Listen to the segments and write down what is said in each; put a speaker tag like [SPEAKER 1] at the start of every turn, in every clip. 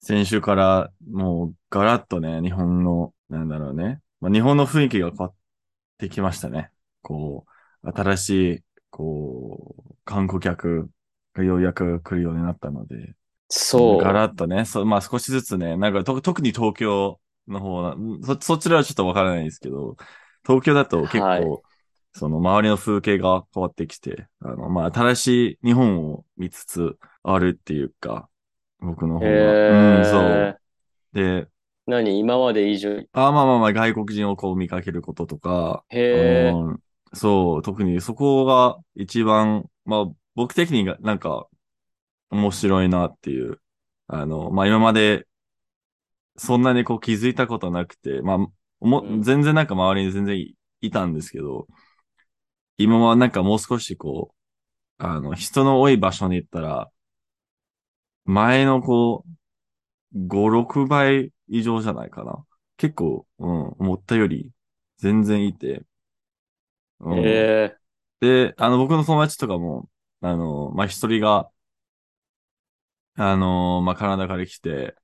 [SPEAKER 1] 先週からもうガラッとね、日本の、なんだろうね、まあ、日本の雰囲気が変わってきましたね。こう、新しい、こう、観光客がようやく来るようになったので、
[SPEAKER 2] そう。
[SPEAKER 1] ガラッとね、そまあ少しずつね、なんかと特に東京の方なそ、そちらはちょっとわからないですけど、東京だと結構、
[SPEAKER 2] はい
[SPEAKER 1] その周りの風景が変わってきて、あの、まあ新しい日本を見つつあるっていうか、僕の方が。
[SPEAKER 2] え
[SPEAKER 1] うん、そう。
[SPEAKER 2] ー、
[SPEAKER 1] で、
[SPEAKER 2] 何今まで以上に。
[SPEAKER 1] あまあまあまあ外国人をこう見かけることとか、
[SPEAKER 2] へえ
[SPEAKER 1] あ。のそう、特にそこが一番、まあ僕的にがなんか面白いなっていう、あの、まあ今までそんなにこう気づいたことなくて、まあも
[SPEAKER 2] うん
[SPEAKER 1] 全然なんか周りに全然いいたんですけど、今はなんかもう少しこう、あの、人の多い場所に行ったら、前のこう、5、6倍以上じゃないかな。結構、うん、思ったより全然いて。うん
[SPEAKER 2] へえ。
[SPEAKER 1] で、あの、僕の友達とかも、あの、まあ、一人が、あの、まあ、カナダから来て、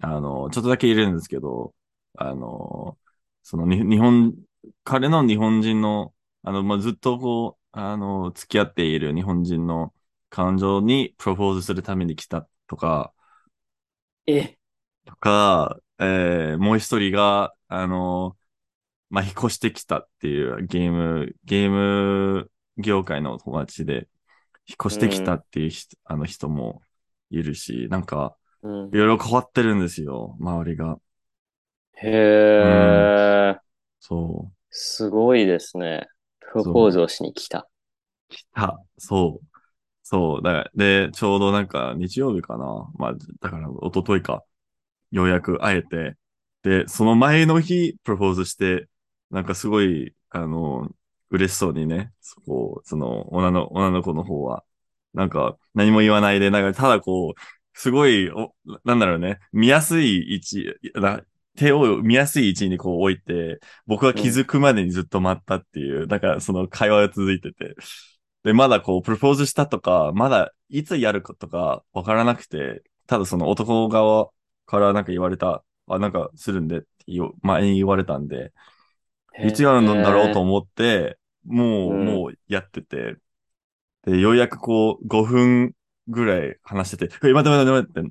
[SPEAKER 1] あの、ちょっとだけいるんですけど、あの、そのに、日本、彼の日本人の、あの、まあ、ずっとこう、あの、付き合っている日本人の感情にプロポーズするために来たとか、
[SPEAKER 2] え、
[SPEAKER 1] とか、えーもう一人が、あの、まあ、引っ越してきたっていうゲーム、ゲーム業界の友達で、引っ越してきたっていう人、あの人もいるし、なんか、
[SPEAKER 2] うん
[SPEAKER 1] い、ろいろ変わってるんですよ、周りが。
[SPEAKER 2] へえ。
[SPEAKER 1] そ
[SPEAKER 2] すごいですね。プロポーズをしに来た。
[SPEAKER 1] う。来た。そう。そう。だから、で、ちょうどなんか日曜日かな。まあ、だから、一昨日か。ようやく会えて。で、その前の日、プロポーズして、なんかすごい、あの、嬉しそうにね、そこ、その、女の、女の子の方は、なんか、何も言わないで、なんか、ただこう、すごい、お、なんだろうね、見やすい位置、な手を見やすい位置にこう置いて、僕は気づくまでにずっと待ったっていう、なんかその会話が続いてて。で、まだこう、プロポーズしたとか、まだいつやるかとかわからなくて、ただその男側からなんか言われた、あ、なんかするんでって言う前に言われたんで、いつやるんだろうと
[SPEAKER 2] へ
[SPEAKER 1] 思って、もう、
[SPEAKER 2] うん
[SPEAKER 1] もうやってて、で、ようやくこう、5分ぐらい話してて、え、待って待って待ってって、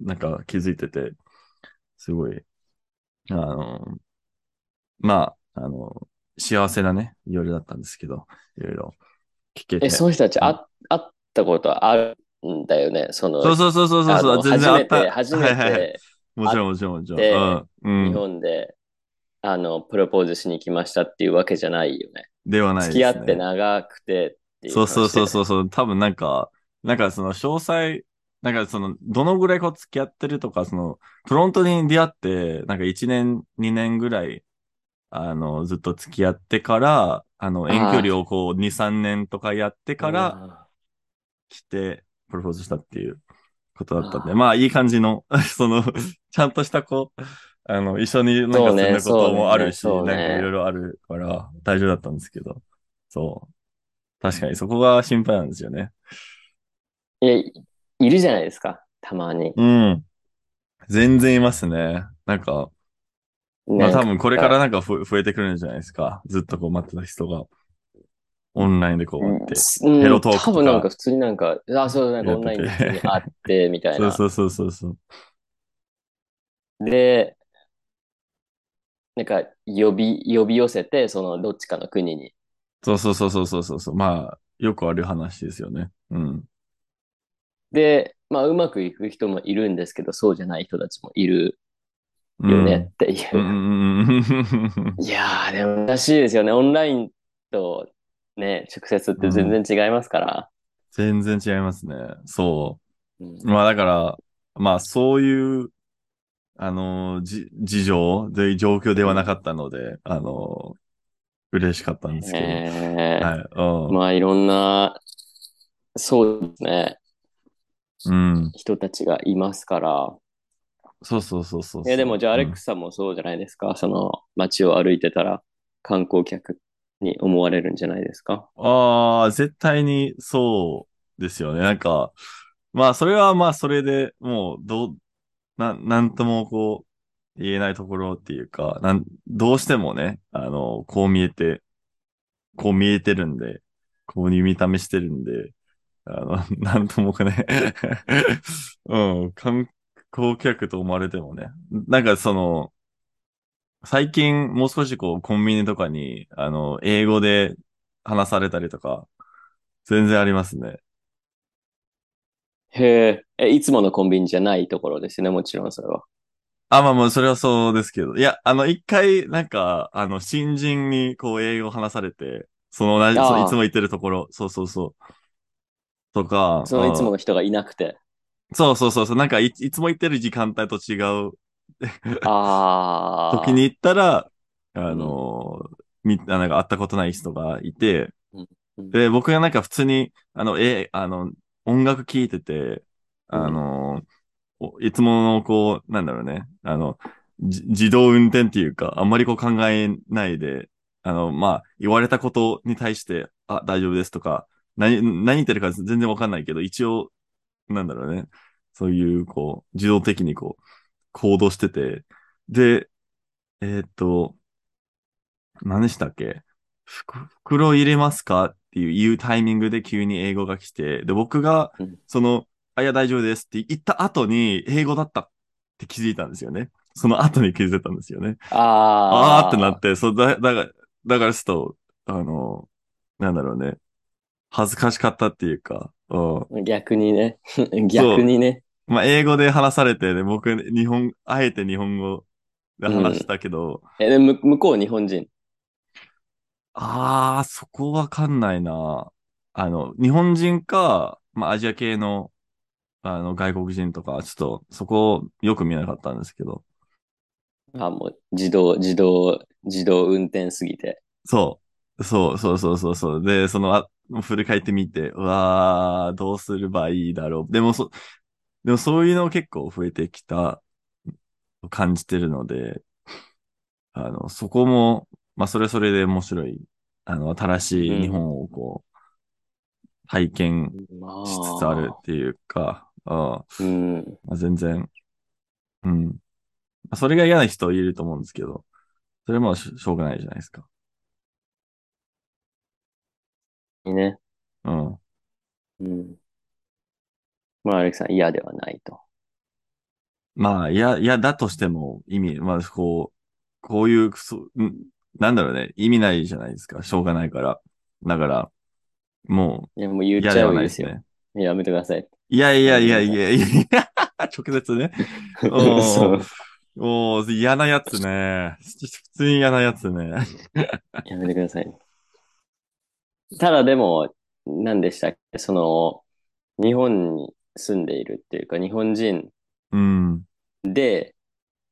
[SPEAKER 1] なんか気づいてて、すごい、あの、まあ、あの、幸せなね、夜だったんですけど、いろいろ聞け
[SPEAKER 2] え。
[SPEAKER 1] て。
[SPEAKER 2] え、その人たち、あ、会ったことあるんだよね。その、
[SPEAKER 1] そうそうそうそうそう
[SPEAKER 2] あの
[SPEAKER 1] 全然あった。
[SPEAKER 2] 初め
[SPEAKER 1] は
[SPEAKER 2] て、
[SPEAKER 1] い
[SPEAKER 2] 初め
[SPEAKER 1] はいはい
[SPEAKER 2] て、
[SPEAKER 1] もちろんもちろんもちろん。うん。う
[SPEAKER 2] 日
[SPEAKER 1] ん。
[SPEAKER 2] 本で、あの、プロポーズしに来ましたっていうわけじゃないよね。
[SPEAKER 1] ではないです、
[SPEAKER 2] 付
[SPEAKER 1] ね。
[SPEAKER 2] き合って長くてっていう
[SPEAKER 1] そう
[SPEAKER 2] 話
[SPEAKER 1] そうそう
[SPEAKER 2] う。
[SPEAKER 1] そうそう。多分なんか、なんかその詳細、なんかその、どのぐらいこう付き合ってるとか、その、フロントに出会って、なんか1年、2年ぐらい、あの、ずっと付き合ってから、あの、
[SPEAKER 2] あー
[SPEAKER 1] 遠距離をこう、2、3年とかやってから、来て、プロポーズしたっていうことだったんで、
[SPEAKER 2] あー
[SPEAKER 1] まあ、いい感じの、 その、ちゃんとしたこう、あの、一緒になんか
[SPEAKER 2] そ
[SPEAKER 1] 住
[SPEAKER 2] うんね
[SPEAKER 1] だこともあるし、
[SPEAKER 2] そうねそ
[SPEAKER 1] な
[SPEAKER 2] うね
[SPEAKER 1] んかいろいろあるから、大丈夫だったんですけど、そう。確かにそこが心配なんですよね。
[SPEAKER 2] いや、いいるじゃないですか、たまに。
[SPEAKER 1] うん。全然いますね。なんか、まあ
[SPEAKER 2] なんか
[SPEAKER 1] 多分これからなんかふ増えてくるんじゃないですか。ずっとこう待ってた人が、オンラインでこう
[SPEAKER 2] うん
[SPEAKER 1] 待って。
[SPEAKER 2] うん
[SPEAKER 1] ヘロトークとか
[SPEAKER 2] 多分なんか普通になんか、あ、そう、なんかオンラインで普通に会って、みたい
[SPEAKER 1] そう
[SPEAKER 2] な。
[SPEAKER 1] そうそうそうそう。
[SPEAKER 2] で、なんか呼び、呼び寄せて、そのどっちかの国に。
[SPEAKER 1] そうそうそうそうそうそうそう。まあ、よくある話ですよね。うん。
[SPEAKER 2] で、まあうまくいく人もいるんですけど、そうじゃない人たちもいる
[SPEAKER 1] うん
[SPEAKER 2] よねってい
[SPEAKER 1] う
[SPEAKER 2] う。
[SPEAKER 1] んうんうん うん。
[SPEAKER 2] いやー、でも難しいですよね。オンラインとね、直接って全然違いますから。
[SPEAKER 1] 全然違いますね。そう。
[SPEAKER 2] うん
[SPEAKER 1] まあだから、まあそういう、あの、じ、事情で、状況ではなかったので、あの、嬉しかったんですけど。
[SPEAKER 2] えー
[SPEAKER 1] はい、
[SPEAKER 2] まあいろんな、そうですね、
[SPEAKER 1] うん。うん。
[SPEAKER 2] 人たちがいますから。
[SPEAKER 1] そうそうそうそうそう。
[SPEAKER 2] えでもじゃあアレッ
[SPEAKER 1] うん
[SPEAKER 2] クスさんもそうじゃないですか。その街を歩いてたら観光客に思われるんじゃないですか。
[SPEAKER 1] ああ、絶対にそうですよね。なんか、まあ、それはまあ、それでもう、どう、な、なんともこう、言えないところっていうか、なん、どうしてもね、あの、こう見えて、こう見えてるんで、こういう見た目してるんで、あの、 なんともかね、 うん、観光客と思われてもね、なんかその、最近もう少しこう、コンビニとかに、あの、英語で話されたりとか、全然ありますね。
[SPEAKER 2] へえ、え、いつものコンビニじゃないところですね、もちろんそれは。
[SPEAKER 1] あ、まあまあ、それはそうですけど。いや、あの、一回、なんか、あの、新人に、こう、英語を話されて、その同じ、
[SPEAKER 2] あー
[SPEAKER 1] そういつも言ってるところ、そうそうそう。とか、
[SPEAKER 2] そのいつも
[SPEAKER 1] あ
[SPEAKER 2] の人がいなくて。
[SPEAKER 1] そうそうそうそう、なんかい、いつも言ってる時間帯と違う
[SPEAKER 2] ああ。
[SPEAKER 1] 時に行ったら、あの、み、あなんか会ったことない人がいて、
[SPEAKER 2] うん。
[SPEAKER 1] で、僕がなんか普通に、あの、え、あの、音楽聴いてて、あの、おいつもの、こう、なんだろうね、あの、じ自動運転っていうか、あんまりこう考えないで、あの、まあ、言われたことに対して、あ、大丈夫ですとか、何、何言ってるか全然わかんないけど、一応、なんだろうね、そういう、こう、自動的にこう、行動してて、で、えーっと、何でしたっけ袋袋入れますかっていう言うタイミングで急に英語が来て、で、僕が
[SPEAKER 2] うん、
[SPEAKER 1] その、あ、いや、大丈夫ですって言った後に、英語だったって気づいたんですよね。その後に気づいたんですよね。あ
[SPEAKER 2] あ
[SPEAKER 1] ー
[SPEAKER 2] あ
[SPEAKER 1] ってなって、そう、だ、だから、だからちょっと、あの、なんだろうね。恥ずかしかったっていうか、うん。
[SPEAKER 2] 逆にね。逆にね。
[SPEAKER 1] まあ、英語で話されて、で、僕、日本、あえて日本語で話したけど、
[SPEAKER 2] え、でむ向こう日本人。
[SPEAKER 1] ああ、そこわかんないな。あの、日本人か、まあ、アジア系の、あの、外国人とか、ちょっと、そこ、よく見なかったんですけど。
[SPEAKER 2] あ、もう自動、自動、自動運転すぎて。
[SPEAKER 1] そう。そう、そう、そう、そう、そう。で、その、あ、振り返ってみて、うわあ、どうすればいいだろう。でも、そ、でもそういうの結構増えてきた、感じてるので、あの、そこも、まあ、それそれで面白い、あの、新しい日本をこう、体験、
[SPEAKER 2] まあ。
[SPEAKER 1] しつつあるっていうか、うんま
[SPEAKER 2] うん。
[SPEAKER 1] あ、全然、うん。まあそれが嫌な人いると思うんですけど、それもししょうがないじゃないですか。
[SPEAKER 2] いいね。
[SPEAKER 1] うん。
[SPEAKER 2] うん。まあ、アレクさん嫌ではないと。
[SPEAKER 1] まあ、嫌、嫌だとしても意味、まあ、こう、こういう、そうんなんだろうね、意味ないじゃないですか。しょうがないから。だから、も
[SPEAKER 2] いや、もう
[SPEAKER 1] う、
[SPEAKER 2] 言っ
[SPEAKER 1] 嫌
[SPEAKER 2] ち
[SPEAKER 1] で
[SPEAKER 2] ゃ
[SPEAKER 1] は
[SPEAKER 2] う
[SPEAKER 1] ないで
[SPEAKER 2] んですすよ。
[SPEAKER 1] ね。
[SPEAKER 2] やめてください。
[SPEAKER 1] いやいやいやいやいやいや、 直接 ね。お
[SPEAKER 2] そう
[SPEAKER 1] ーおー嫌なやつね。普通に嫌なやつね。
[SPEAKER 2] やめてください。ただでも、何でしたっけその、日本に住んでいるっていうか、日本人
[SPEAKER 1] うん。
[SPEAKER 2] で、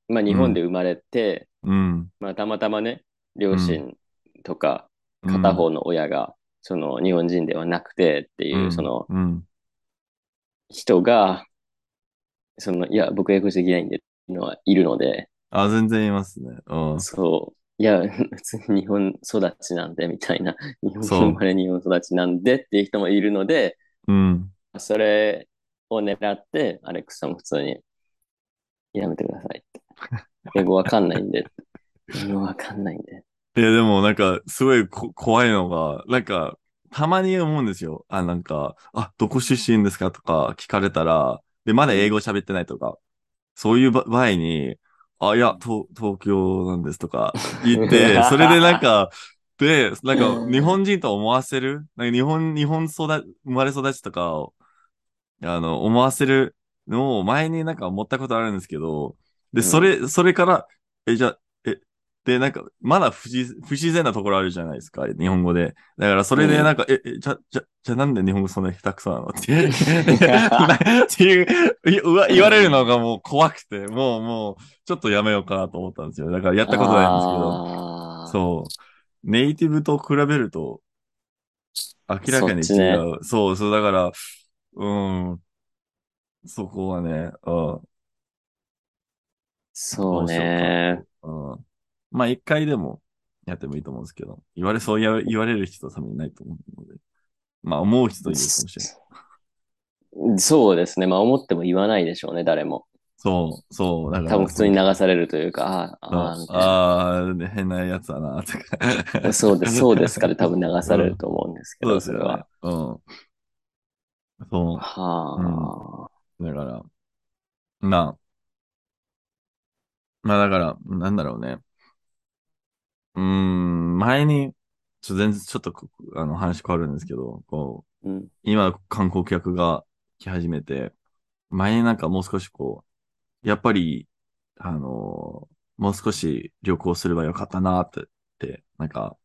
[SPEAKER 2] まあ日本で生まれて、
[SPEAKER 1] うん。
[SPEAKER 2] まあたまたまね、両親とか、
[SPEAKER 1] うん
[SPEAKER 2] 片方の親が、その日本人ではなくてっていう、その
[SPEAKER 1] うん。
[SPEAKER 2] 人が、その、いや、僕英語できないんで、っていうのはいるので、
[SPEAKER 1] あ、全然いますね。うん。
[SPEAKER 2] そう、いや、 普通に日本育ちなんで、みたいな、 日本
[SPEAKER 1] そう
[SPEAKER 2] 生まれ日本育ちなんでっていう人もいるので、
[SPEAKER 1] うん。
[SPEAKER 2] それを狙って、アレックスさんも普通に、やめてくださ いって。英語わかんないんで。英語わかんないんで。
[SPEAKER 1] いや、でもなんか、すごいこ怖いのが、なんか、たまに思うんですよ。あ、なんか、あ、どこ出身ですかとか聞かれたら、で、まだ英語喋ってないとか、そういうば場合に、あ、いや、東東京なんですとか言 って、それでなんか、で、なんか、日本人と思わせる、なんか日本、日本育、生まれ育ちとかを、あの、思わせるのを前になんか思ったことあるんですけど、
[SPEAKER 2] う
[SPEAKER 1] で、
[SPEAKER 2] ん
[SPEAKER 1] それ、それから、え、じゃあえ、で、なんか、まだ不自不自然なところあるじゃないですか、日本語で。だから、それでなんか、え、え、じゃ、じゃ、じゃなんで日本語そんな下手くそなの っていうって いう、いうわ言われるのがもう怖くて、もう、もう、ちょっとやめようかなと思ったんですよ。だから、や
[SPEAKER 2] や
[SPEAKER 1] ったことないんですけど。
[SPEAKER 2] ど。
[SPEAKER 1] そう。ネイティブと比べると、明らかに
[SPEAKER 2] そっちね
[SPEAKER 1] 違う。そうそう、だから、うん。そこはね、う
[SPEAKER 2] そうね。
[SPEAKER 1] ん。うん、まあ、一回でもやってもいいと思うんですけど、言われ、そうや言われる人は多分いないと思うので、まあ、思う人いるかもしれない。
[SPEAKER 2] そうですね。まあ思っても言わないでしょうね、誰も。
[SPEAKER 1] そう、そう、だから。
[SPEAKER 2] 多分普通に流されるというか、あ
[SPEAKER 1] そう
[SPEAKER 2] あ、ああみ
[SPEAKER 1] あー、ね
[SPEAKER 2] たいな
[SPEAKER 1] 変なやつだな、とか。
[SPEAKER 2] そうです、そうですから多分流されると思うんですけ
[SPEAKER 1] そう
[SPEAKER 2] ど、
[SPEAKER 1] で
[SPEAKER 2] そ
[SPEAKER 1] す
[SPEAKER 2] れ
[SPEAKER 1] よね
[SPEAKER 2] は。。
[SPEAKER 1] うん。そ
[SPEAKER 2] は
[SPEAKER 1] う、だから、まあ、まあだから、なんだろうね。うーん、前に、ちょ、全然、ちょっとこ、あの、話変わるんですけど、こう、
[SPEAKER 2] あ。うん。
[SPEAKER 1] 今観光客が来始めて、前になんかもう少しこう、やっぱり、あのーもう少し旅行すればよかったなって、ってなんか、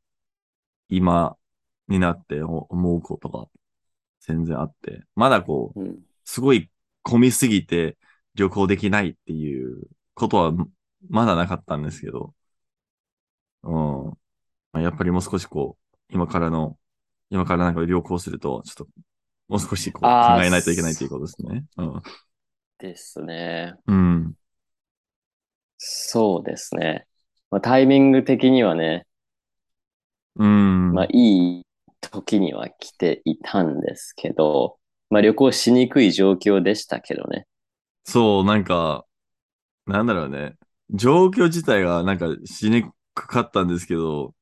[SPEAKER 1] 今になってお思うことが全然あって、まだこう、
[SPEAKER 2] うん。
[SPEAKER 1] すごい混みすぎて旅行できないっていうことはまだなかったんですけど、うん。まあやっぱりもう少しこう、今からの、今からなんか旅行すると、ちょっと、もう少しこう考
[SPEAKER 2] あー
[SPEAKER 1] えないといけないということですね。うん。
[SPEAKER 2] ですね。
[SPEAKER 1] うん。
[SPEAKER 2] そうですね。まあ、タイミング的にはね、
[SPEAKER 1] うん。
[SPEAKER 2] まあ、いい時には来ていたんですけど、まあ、旅行しにくい状況でしたけどね。
[SPEAKER 1] そう、なんか、なんだろうね。状況自体がなんかしにくかったんですけど、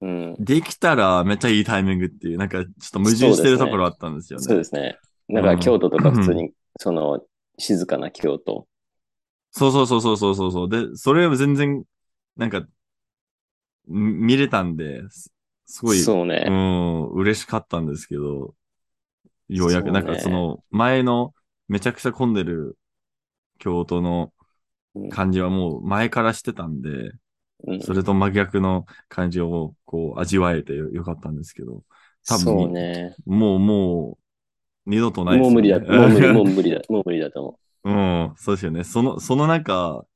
[SPEAKER 2] うん。
[SPEAKER 1] できたらめっちゃいいタイミングっていう、なんかちょっと矛盾してるところあったんですよね。
[SPEAKER 2] そうですね。だから京都とか普通に、その、静かな京都。
[SPEAKER 1] そうそうそうそうそうそうそう。で、それは全然、なんか、み見れたんで、すすごい、う
[SPEAKER 2] そうね。
[SPEAKER 1] ん、嬉しかったんですけど、ようやく、
[SPEAKER 2] そう
[SPEAKER 1] な
[SPEAKER 2] ね
[SPEAKER 1] んかその、前の、めちゃくちゃ混んでる京都の
[SPEAKER 2] うん
[SPEAKER 1] 感じはもう前からしてたんで、
[SPEAKER 2] うん
[SPEAKER 1] それと真逆の感じをこう味わえてよよかったんですけど、多分
[SPEAKER 2] そうね。
[SPEAKER 1] もうもう、二度とないで
[SPEAKER 2] もう
[SPEAKER 1] すよ
[SPEAKER 2] 無理
[SPEAKER 1] ね
[SPEAKER 2] だ。もう無理、もう無理だ。もう無理だと思
[SPEAKER 1] うん、そうですよね。その、その中、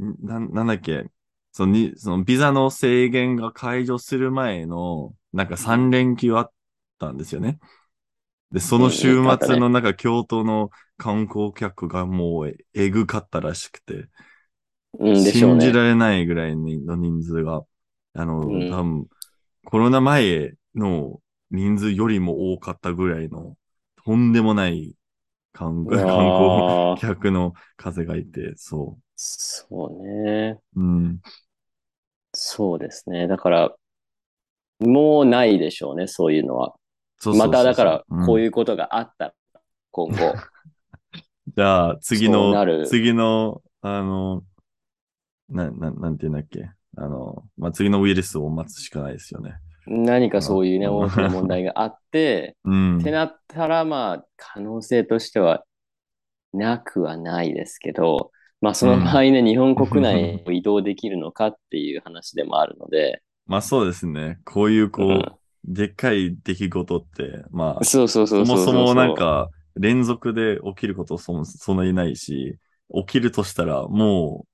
[SPEAKER 1] んな、なんだっけ、そのに、そのビザの制限が解除する前の、なんか3連休あったんですよね。で、その週末のなんか京都の観光客がもうええぐかったらしくて、
[SPEAKER 2] う。うんでしょう
[SPEAKER 1] 信じ
[SPEAKER 2] ね。
[SPEAKER 1] られないぐらいの人数が、あの、
[SPEAKER 2] うん
[SPEAKER 1] 多分、コロナ前の人数よりも多かったぐらいの、とんでもない観観光
[SPEAKER 2] あ ー
[SPEAKER 1] 客の風がいて、そ
[SPEAKER 2] そうね。
[SPEAKER 1] う。うん。
[SPEAKER 2] そうですね。だから、もうないでしょうね、そういうのは。
[SPEAKER 1] そうそうそうそう
[SPEAKER 2] まただから、こう
[SPEAKER 1] うん
[SPEAKER 2] いうことがあったら、今 後。
[SPEAKER 1] じゃあ、次
[SPEAKER 2] そうな
[SPEAKER 1] の、
[SPEAKER 2] る
[SPEAKER 1] 次の、あの、な、な、なんていうんだっけ。あの、まあ、次のウイルスを待つしかないですよね。
[SPEAKER 2] 何かそういうね、
[SPEAKER 1] うん
[SPEAKER 2] 大きな問題があって、
[SPEAKER 1] うん。
[SPEAKER 2] ってなったら、まあ、可能性としてはなくはないですけど、まあ、その場合ね、日本国内を移動できるのかっていう話でもあるので、
[SPEAKER 1] まあ、そうですね。こういう、こう、
[SPEAKER 2] うん
[SPEAKER 1] でっかい出来事って、まあ、
[SPEAKER 2] そうそうそ
[SPEAKER 1] そうも
[SPEAKER 2] う
[SPEAKER 1] そうもなん、か、連続で起きることそもそんなにないし、起きるとしたら、もう、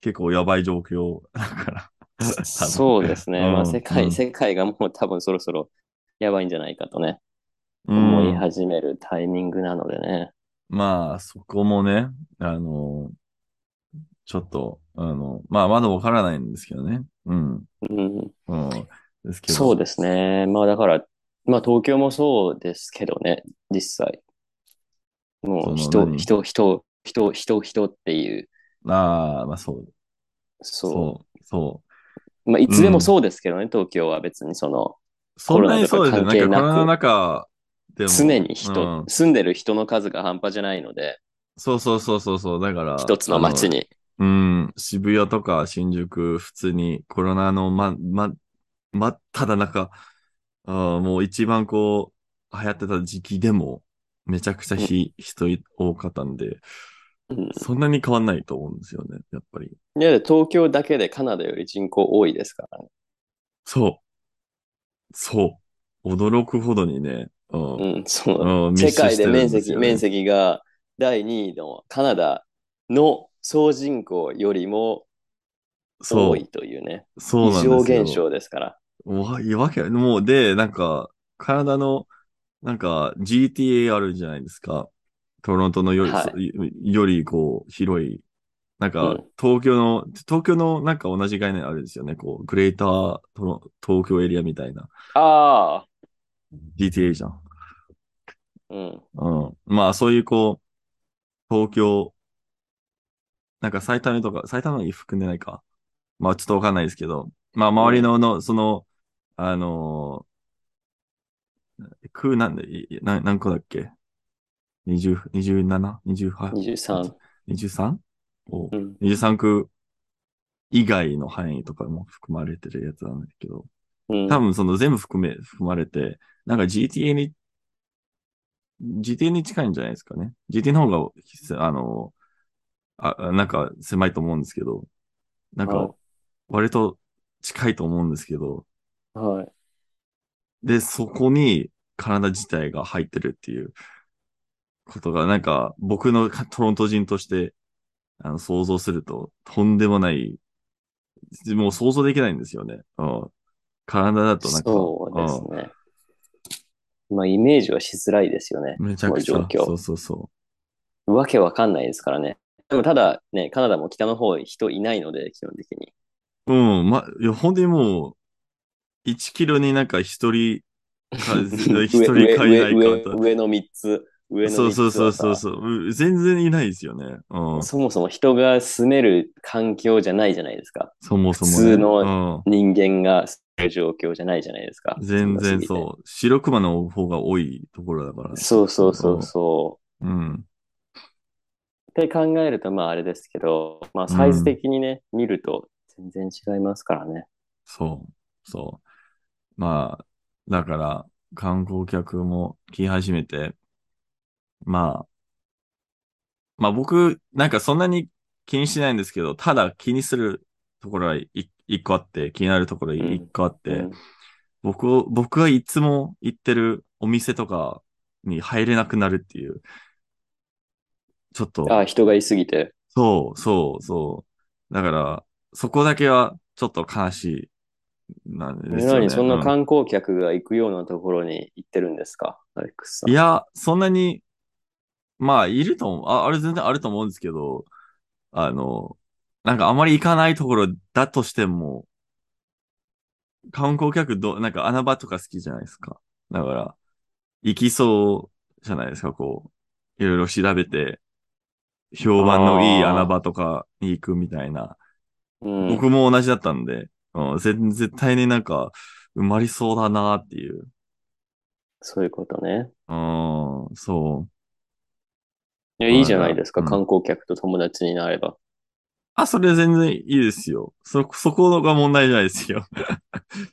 [SPEAKER 1] 結構やばい状況だから。
[SPEAKER 2] そうですね。
[SPEAKER 1] うん
[SPEAKER 2] まあ、世界、
[SPEAKER 1] うん
[SPEAKER 2] 世界がもう多分そろそろやばいんじゃないかとね、
[SPEAKER 1] うん
[SPEAKER 2] 思い始めるタイミングなのでね。
[SPEAKER 1] まあ、そこもね、あの、ちょっと、あの、まあ、まだわからないんですけどね。うん。
[SPEAKER 2] うん、
[SPEAKER 1] うん。ですけど。
[SPEAKER 2] そうですね。まあ、だから、まあ、東京もそうですけどね、実際。もう
[SPEAKER 1] その
[SPEAKER 2] 人、
[SPEAKER 1] 何
[SPEAKER 2] 人、人、人、人、人っていう、
[SPEAKER 1] ああ、まあ、そう。
[SPEAKER 2] そ
[SPEAKER 1] そう。そう。
[SPEAKER 2] う。まあ、いつでもそうですけどね、東京は別にその、
[SPEAKER 1] そんなにそうですよ。
[SPEAKER 2] コロ
[SPEAKER 1] な
[SPEAKER 2] ナ
[SPEAKER 1] んかコ
[SPEAKER 2] とか関係なく
[SPEAKER 1] ロナの中でも。
[SPEAKER 2] 常に人、
[SPEAKER 1] うん
[SPEAKER 2] 住んでる人の数が半端じゃないので、
[SPEAKER 1] そうそうそうそうそう。だから。
[SPEAKER 2] 一つの街
[SPEAKER 1] に。
[SPEAKER 2] に。
[SPEAKER 1] うん。渋谷とか新宿、普通にコロナのま、ま、ま、ただ中、あーもう一番こう、流行ってた時期でも、めちゃくちゃひ、人い多かったんで、
[SPEAKER 2] うん
[SPEAKER 1] そんなに変わんないと思うんですよね、やっぱり。
[SPEAKER 2] いや、東京だけでカナダより人口多いですからね。
[SPEAKER 1] そう。そう。驚くほどにね、うん。
[SPEAKER 2] うん、そう。
[SPEAKER 1] うん
[SPEAKER 2] 世界で
[SPEAKER 1] 密集し
[SPEAKER 2] 面積、面。
[SPEAKER 1] てるんすよね
[SPEAKER 2] 積が第2位のカナダの総人口よりも
[SPEAKER 1] そ
[SPEAKER 2] 多
[SPEAKER 1] う
[SPEAKER 2] い。というね、
[SPEAKER 1] そうな
[SPEAKER 2] 異
[SPEAKER 1] んですよ
[SPEAKER 2] 常。現象ですから。
[SPEAKER 1] わ、いいわけない。もう、で、なんか、カナダの、なんか、GTA あるじゃないですか。トロントのより、
[SPEAKER 2] はい
[SPEAKER 1] そより、こう、広い。なん
[SPEAKER 2] う
[SPEAKER 1] か
[SPEAKER 2] ん、
[SPEAKER 1] 東京の、東京の、なんか同じ概念あるんですよね。こう、グレータートロ、東京エリアみたいな。
[SPEAKER 2] ああ、
[SPEAKER 1] GTA じゃん。
[SPEAKER 2] うん、
[SPEAKER 1] うん。まあ、そういう、こう、東京なんか埼玉とか、埼玉に含んでないか。まあちょっとわかんないですけど、まあ周りの、の、その、あのー、空なんで、いな何個だっけ ?20、27、28、
[SPEAKER 2] 23。
[SPEAKER 1] 23? お
[SPEAKER 2] うん。
[SPEAKER 1] 23区以外の範囲とかも含まれてるやつなんだけど、
[SPEAKER 2] うん、
[SPEAKER 1] 多分その全部含め、含まれて、なんか GTA に、GTA に近いんじゃないですかね。GTA の方がひ、あの、あ、なんか狭いと思うんですけど、なん
[SPEAKER 2] はい
[SPEAKER 1] か、割と近いと思うんですけど、
[SPEAKER 2] はい。
[SPEAKER 1] で、そこに体自体が入ってるっていうことが、なんか僕のかトロント人としてあの想像すると、とんでもない、もう想像できないんですよね。うん、体だとなんか、
[SPEAKER 2] そうですね。まあ、イメージはしづらいですよね
[SPEAKER 1] う。んめちゃくちゃ
[SPEAKER 2] この、状況
[SPEAKER 1] そうそうそ
[SPEAKER 2] わけわかんないですからね。でもただね、カナダも北の方人いないので、基本的に。
[SPEAKER 1] う。うん、ま、いや、本当にもう、1キロになんか一人か、 一人海
[SPEAKER 2] 上上上
[SPEAKER 1] 外か。
[SPEAKER 2] 上の3つ、上の3つ
[SPEAKER 1] そうそうそうそう
[SPEAKER 2] はさ
[SPEAKER 1] そう。う全然いないですよね。うん。
[SPEAKER 2] そもそも人が住める環境じゃないじゃないですか。
[SPEAKER 1] そもそも、ね。
[SPEAKER 2] 普通
[SPEAKER 1] うん
[SPEAKER 2] の人間が住める状況じゃないじゃないですか。
[SPEAKER 1] 全然
[SPEAKER 2] 狭すぎて
[SPEAKER 1] そう。白熊の方が多いところだから。。
[SPEAKER 2] そうそうそうそう
[SPEAKER 1] うん。
[SPEAKER 2] う。って考えると、まああれですけど、まあサイズ的にね、見ると全然違いますからね。
[SPEAKER 1] そう。そう。まあ、だから、観光客も来始めて、まあ、まあ僕、なんかそんなに気にしないんですけど、ただ気にするところはい一個あって、気になるところ
[SPEAKER 2] うん
[SPEAKER 1] 一個あって、
[SPEAKER 2] うん
[SPEAKER 1] 僕を、僕がいつも行ってるお店とかに入れなくなるっていう、ちょっと。
[SPEAKER 2] ああ、人がいすぎて。
[SPEAKER 1] そう、そう、そう。だから、そこだけはちょっと悲しい、なんですよね。
[SPEAKER 2] 何そん
[SPEAKER 1] う
[SPEAKER 2] なん観光客が行くようなところに行ってるんですか、アレックスさん。
[SPEAKER 1] いや、そんなに、まあ、いると思う。あ、あれ全然あると思うんですけど、あの、なんかあまり行かないところだとしても、観光客ど、なんか穴場とか好きじゃないですか。だから、行きそうじゃないですか、こう、いろいろ調べて、評判のいい穴場とかに行くみたいな。
[SPEAKER 2] うん、
[SPEAKER 1] 僕も同じだったんで、うん、ぜ絶対になんか埋まりそうだなっていう。
[SPEAKER 2] そういうことね。
[SPEAKER 1] うん、そう。
[SPEAKER 2] いや、いいじゃないですか、
[SPEAKER 1] うん
[SPEAKER 2] 観光客と友達になれば。
[SPEAKER 1] あ、それ全然いいですよ。そ、そこが問題じゃないです よ。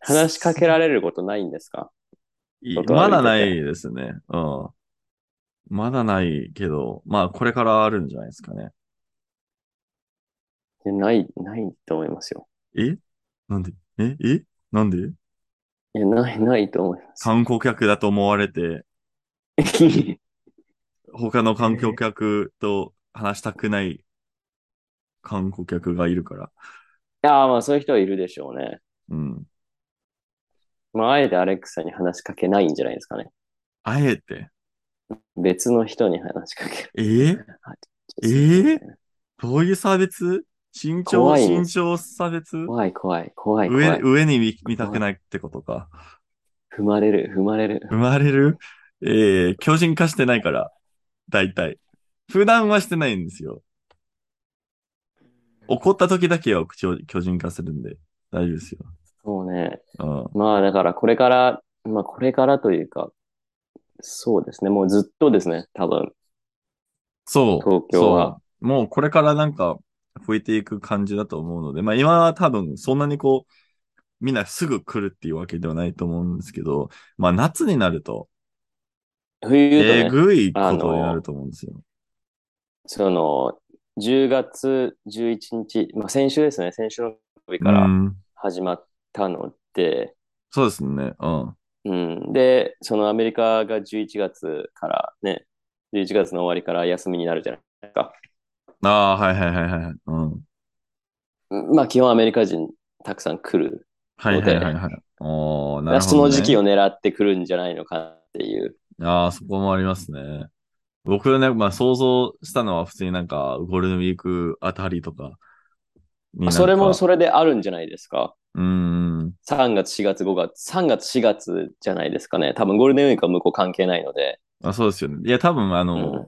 [SPEAKER 2] 話しかけられることないんですか
[SPEAKER 1] いい
[SPEAKER 2] 外歩いてて
[SPEAKER 1] まだないですね。うん。まだないけど、まあこれからあるんじゃないですかね。
[SPEAKER 2] いやない、ないと思いますよ。
[SPEAKER 1] えなんでええなんで
[SPEAKER 2] いや、ない、ないと思います。
[SPEAKER 1] 観光客だと思われて、他の観光客と話したくない観光客がいるから。
[SPEAKER 2] いや、まあそういう人はいるでしょうね。
[SPEAKER 1] うん。
[SPEAKER 2] まあ、あえてアレックスさんに話しかけないんじゃないですかね。
[SPEAKER 1] あえて。
[SPEAKER 2] 別の人に話しかける。
[SPEAKER 1] えーえーどういう差別身長、
[SPEAKER 2] 怖いん
[SPEAKER 1] 身
[SPEAKER 2] です
[SPEAKER 1] 長差別
[SPEAKER 2] 怖い怖い怖い怖
[SPEAKER 1] 上
[SPEAKER 2] い。
[SPEAKER 1] 上に見見たくないってことか。
[SPEAKER 2] 踏まれる踏まれる。
[SPEAKER 1] 生まれるえー、強靭化してないから、大体。普段はしてないんですよ。怒った時だけは強強靭化するんで、大丈夫ですよ。
[SPEAKER 2] そうね。
[SPEAKER 1] うん。
[SPEAKER 2] まあだからこれから、まあこれからというか、そうですね。もうずっとですね、多分。
[SPEAKER 1] そう。
[SPEAKER 2] 東京は
[SPEAKER 1] そう。もうこれからなんか増えていく感じだと思うので、まあ今は多分そんなにこう、みんなすぐ来るっていうわけではないと思うんですけど、まあ夏になると、
[SPEAKER 2] 冬とね、
[SPEAKER 1] えぐいことになると思うんですよ。
[SPEAKER 2] その、10月11日、まあ先週ですね、先週の土曜日か
[SPEAKER 1] う
[SPEAKER 2] ら
[SPEAKER 1] ん
[SPEAKER 2] 始まったので、
[SPEAKER 1] そうですね。うん。
[SPEAKER 2] うん、で、そのアメリカが11月からね、11月の終わりから休みになるじゃないですか。
[SPEAKER 1] ああ、はいはいはいはい。うん。
[SPEAKER 2] まあ基本アメリカ人たくさん来る。
[SPEAKER 1] はいはいはいはい。おー、なるほど、ね。
[SPEAKER 2] その時期
[SPEAKER 1] を。
[SPEAKER 2] を狙って来るんじゃないのかっていう。
[SPEAKER 1] ああ、そこもありますね。僕はね、まあ想像したのは普通になんかゴールデンウィークあたりとかになんか
[SPEAKER 2] それもそれであるんじゃないですか。
[SPEAKER 1] うーん。
[SPEAKER 2] 3月、4月、5月、3月、4月じゃないですかね。多分ゴールデンウィークは向こう関係ないので。
[SPEAKER 1] あ、そうですよね。いや、多分あ
[SPEAKER 2] う
[SPEAKER 1] の、
[SPEAKER 2] ん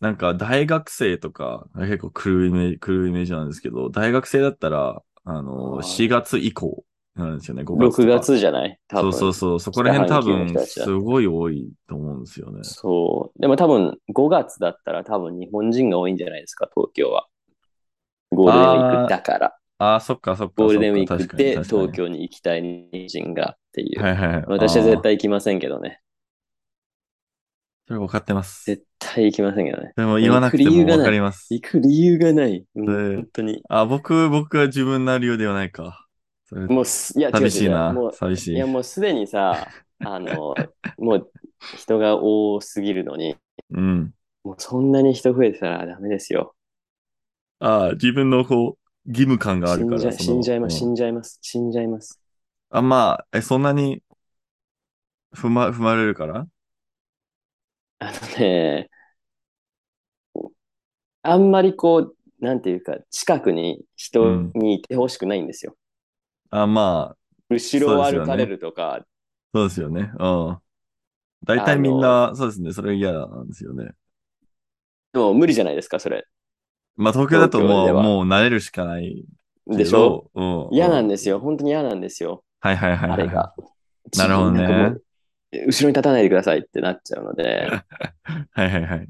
[SPEAKER 1] なんか大学生とか、結構狂うイメージ、狂うイメージなんですけど、大学生だったら、あの、
[SPEAKER 2] はい
[SPEAKER 1] 4月以降なんですよね、5月と
[SPEAKER 2] 6
[SPEAKER 1] か。
[SPEAKER 2] 月じゃない多
[SPEAKER 1] そ
[SPEAKER 2] 分。
[SPEAKER 1] うそうそう、そこら辺多分
[SPEAKER 2] 北半球の人たちだ
[SPEAKER 1] すごい多いと思うんですよね。
[SPEAKER 2] そう。でも多分5月だったら多分日本人が多いんじゃないですか、東京は。ゴールデンウィークだから。
[SPEAKER 1] ああ、そっかそっか。
[SPEAKER 2] ゴールデンウィー
[SPEAKER 1] そっか
[SPEAKER 2] クで東。京に行きたい日本人がってい
[SPEAKER 1] 確
[SPEAKER 2] う。
[SPEAKER 1] かに確かにはいはい。
[SPEAKER 2] 私は絶
[SPEAKER 1] あー。
[SPEAKER 2] 対行きませんけどね。
[SPEAKER 1] それ分かってます。
[SPEAKER 2] 絶対行きませんけどね。
[SPEAKER 1] でも言わなくても分かります。
[SPEAKER 2] 行く理由がない。うん
[SPEAKER 1] ね
[SPEAKER 2] 本当に。
[SPEAKER 1] あ、僕、僕は自分な理由ではないか。それ
[SPEAKER 2] もうす、いや、違う違う
[SPEAKER 1] 寂しいな
[SPEAKER 2] もう。、
[SPEAKER 1] 寂し
[SPEAKER 2] い
[SPEAKER 1] い。
[SPEAKER 2] や、もうすで にさ、あの、もう人が多すぎるのに、
[SPEAKER 1] うん。
[SPEAKER 2] もうそんなに人増えてたらダメですよ。
[SPEAKER 1] ああ、自分のこう、義務感があ
[SPEAKER 2] 死
[SPEAKER 1] るか
[SPEAKER 2] んじゃ
[SPEAKER 1] ら。
[SPEAKER 2] 死んじゃいます、
[SPEAKER 1] そ
[SPEAKER 2] 死
[SPEAKER 1] のうん
[SPEAKER 2] じゃいます、死んじゃいます。
[SPEAKER 1] あ、まあ、え、そんなに、踏ま、踏まれるから
[SPEAKER 2] あのね、あんまりこう、なんていうか、近くに人にいてほしくないんですよ。
[SPEAKER 1] あ、まあ、
[SPEAKER 2] 後ろを
[SPEAKER 1] そうですよ
[SPEAKER 2] 歩
[SPEAKER 1] ね
[SPEAKER 2] かれるとか、
[SPEAKER 1] そうですよね。うん。大体みんな、そうですね。それ嫌なんですよね。
[SPEAKER 2] でも無理じゃないですか、それ。
[SPEAKER 1] まあ、東京だと
[SPEAKER 2] 東京
[SPEAKER 1] も
[SPEAKER 2] で
[SPEAKER 1] う、
[SPEAKER 2] は
[SPEAKER 1] もう慣れるしかないけど。
[SPEAKER 2] でしょ
[SPEAKER 1] うん。
[SPEAKER 2] 嫌なん
[SPEAKER 1] で。
[SPEAKER 2] ですよ、本当に嫌なんですよ、
[SPEAKER 1] はいはいはい
[SPEAKER 2] あ
[SPEAKER 1] はい。
[SPEAKER 2] れが。
[SPEAKER 1] なるほどね
[SPEAKER 2] なんかもう後ろに立たないでくださいってなっちゃうので、
[SPEAKER 1] はいはいはい。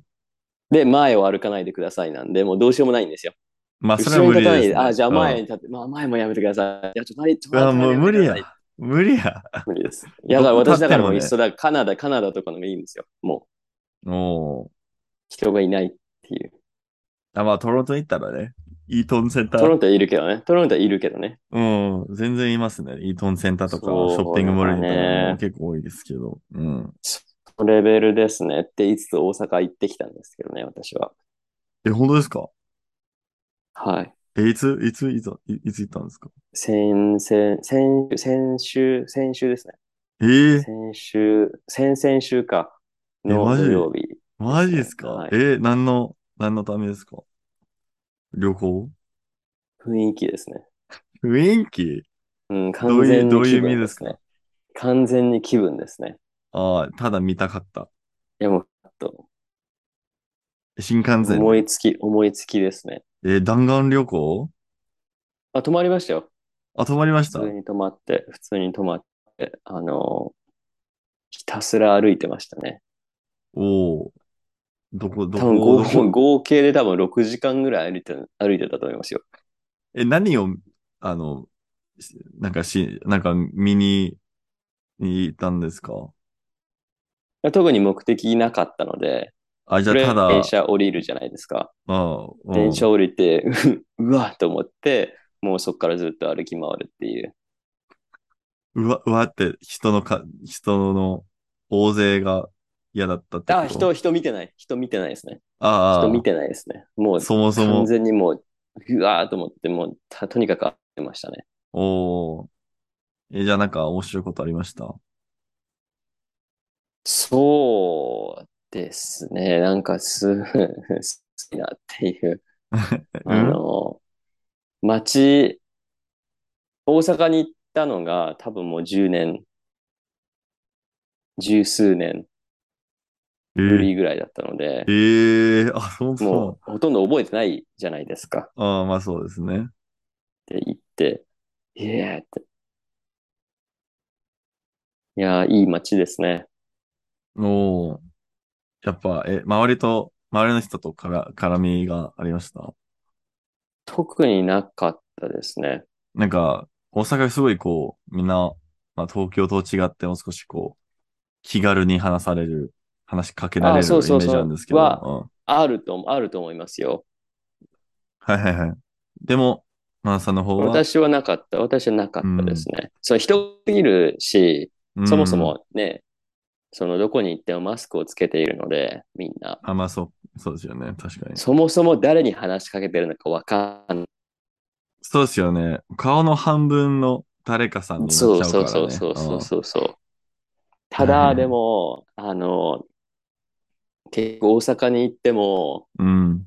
[SPEAKER 2] で、前を歩かないでくださいなんで、もうどうしようもないんですよ。
[SPEAKER 1] まあ、それ
[SPEAKER 2] 後
[SPEAKER 1] は
[SPEAKER 2] ろに
[SPEAKER 1] 無理
[SPEAKER 2] 立たない
[SPEAKER 1] です、
[SPEAKER 2] で、
[SPEAKER 1] ね。
[SPEAKER 2] あ、じゃあ前に
[SPEAKER 1] うん。
[SPEAKER 2] 立って、まあ前もやめてください。いや、ちょっと前、ちょ
[SPEAKER 1] う
[SPEAKER 2] っと
[SPEAKER 1] わ、
[SPEAKER 2] 前
[SPEAKER 1] もう
[SPEAKER 2] やめ
[SPEAKER 1] 無
[SPEAKER 2] てく
[SPEAKER 1] 理
[SPEAKER 2] だ
[SPEAKER 1] や
[SPEAKER 2] さい。。
[SPEAKER 1] 無理や。
[SPEAKER 2] 無理です。いや、だから私だからもういっ
[SPEAKER 1] 立って
[SPEAKER 2] そだ、カナダ、カナダとかのもいいんですよ。もう
[SPEAKER 1] おー。
[SPEAKER 2] 人がいないっていう。
[SPEAKER 1] あ、まあ、トロント行ったらね、イートンセンタ
[SPEAKER 2] トロ
[SPEAKER 1] ー、
[SPEAKER 2] ントはいるけどね。トロントはいるけどね。
[SPEAKER 1] うん、全然いますね。イートンセンターとか、シ
[SPEAKER 2] そう
[SPEAKER 1] ョッピングモールに行った
[SPEAKER 2] だ
[SPEAKER 1] ら
[SPEAKER 2] ね
[SPEAKER 1] もう結構多いですけど、うん。
[SPEAKER 2] そのレベルですねって言いつつ大阪行ってきたんですけどね、私は。
[SPEAKER 1] え、本当ですか
[SPEAKER 2] はい。
[SPEAKER 1] え、いつ、いつ、いつ、いいつ行ったんですか
[SPEAKER 2] 先、先、先、先週、先週ですね。
[SPEAKER 1] えー、
[SPEAKER 2] 先週、先々週か。
[SPEAKER 1] え
[SPEAKER 2] の
[SPEAKER 1] マジ
[SPEAKER 2] 土曜日。
[SPEAKER 1] マジですか、
[SPEAKER 2] はい
[SPEAKER 1] え、何の、何のためですか旅行
[SPEAKER 2] 雰囲気ですね。
[SPEAKER 1] 雰囲気
[SPEAKER 2] うん、完
[SPEAKER 1] どうい
[SPEAKER 2] 全
[SPEAKER 1] う、
[SPEAKER 2] に
[SPEAKER 1] どういう意味
[SPEAKER 2] 気分
[SPEAKER 1] で
[SPEAKER 2] ですす
[SPEAKER 1] か
[SPEAKER 2] ね。完全に気分ですね。
[SPEAKER 1] ああ、ただ見たかった。
[SPEAKER 2] いや、もう、ちょっ
[SPEAKER 1] 新幹
[SPEAKER 2] と
[SPEAKER 1] 線。
[SPEAKER 2] 思いつき、思いつきですね。
[SPEAKER 1] え、弾丸旅行
[SPEAKER 2] あ、泊まりましたよ。
[SPEAKER 1] あ、泊まりました
[SPEAKER 2] 普通に泊まって、普通に泊まって、あのーひたすら歩いてましたね。
[SPEAKER 1] おお。どこ、ど
[SPEAKER 2] 多分
[SPEAKER 1] こ、
[SPEAKER 2] 合
[SPEAKER 1] どこ
[SPEAKER 2] 合計で多分6時間ぐらい歩いて歩いてたと思いますよ。
[SPEAKER 1] え、何を、あの、しなんかし、なんか見に、に行ったんですか
[SPEAKER 2] 特に目的なかったので、
[SPEAKER 1] あ、じゃ
[SPEAKER 2] と
[SPEAKER 1] あ
[SPEAKER 2] りあえ
[SPEAKER 1] た
[SPEAKER 2] ず
[SPEAKER 1] だ、
[SPEAKER 2] 電車降りるじゃないですか。
[SPEAKER 1] あうん
[SPEAKER 2] 電車降りて、 ううわっと思って、もうそこからずっと歩き回るっていう。
[SPEAKER 1] うわ、うわって人のか、人の大勢が嫌だったってこと
[SPEAKER 2] あ、人、人見てない。人見てないですね。
[SPEAKER 1] ああ、
[SPEAKER 2] 人見てないですね。もう
[SPEAKER 1] そもそ
[SPEAKER 2] 完
[SPEAKER 1] も、
[SPEAKER 2] 全にもう、うわーと思って、もうた、とにかく会ってましたね。
[SPEAKER 1] おーえ、じゃあなんか面白いことありました
[SPEAKER 2] そうですね。なんかす、す好きなっていう。
[SPEAKER 1] うん
[SPEAKER 2] あの、街、大阪に行ったのが多分もう10年、十数年
[SPEAKER 1] え
[SPEAKER 2] ぶ
[SPEAKER 1] ー、
[SPEAKER 2] りぐらいだったので、
[SPEAKER 1] えー、あ、そう
[SPEAKER 2] も
[SPEAKER 1] そう
[SPEAKER 2] ほとんど覚えてないじゃないですか。
[SPEAKER 1] う。ああ、まあそうですね。
[SPEAKER 2] って言って、いやーって。いやー、いい街ですね。
[SPEAKER 1] おーやっぱ、え、周りと、周りの人とから、絡みがありました
[SPEAKER 2] 特になかったですね。
[SPEAKER 1] なんか、大阪すごいこう、みんな、まあ、東京と違ってもう少しこう、気軽に話される、話しかけられ
[SPEAKER 2] あ
[SPEAKER 1] るイメ
[SPEAKER 2] そうそう
[SPEAKER 1] ージ
[SPEAKER 2] そう
[SPEAKER 1] なんですけど。
[SPEAKER 2] は
[SPEAKER 1] うん
[SPEAKER 2] あると、あると思いますよ。
[SPEAKER 1] はいはいはい。でも、マナさんの方は、
[SPEAKER 2] 私はなかった。私はなかったですね。そう、人すぎるし、
[SPEAKER 1] うん
[SPEAKER 2] そもそ。もね、そのどこに行ってもマスクをつけているので、みんな。
[SPEAKER 1] あ、まあそう、そうですよね。確かに。
[SPEAKER 2] そもそも誰に話しかけてるのかわかんない。
[SPEAKER 1] そうですよね。顔の半分の誰かさんになっちゃう
[SPEAKER 2] そ
[SPEAKER 1] か
[SPEAKER 2] う
[SPEAKER 1] ら、ね。
[SPEAKER 2] そうそうそうそうそうそう。た
[SPEAKER 1] はいは
[SPEAKER 2] だ、
[SPEAKER 1] い
[SPEAKER 2] でも、あの、結構大阪に行っても、
[SPEAKER 1] うん。うん。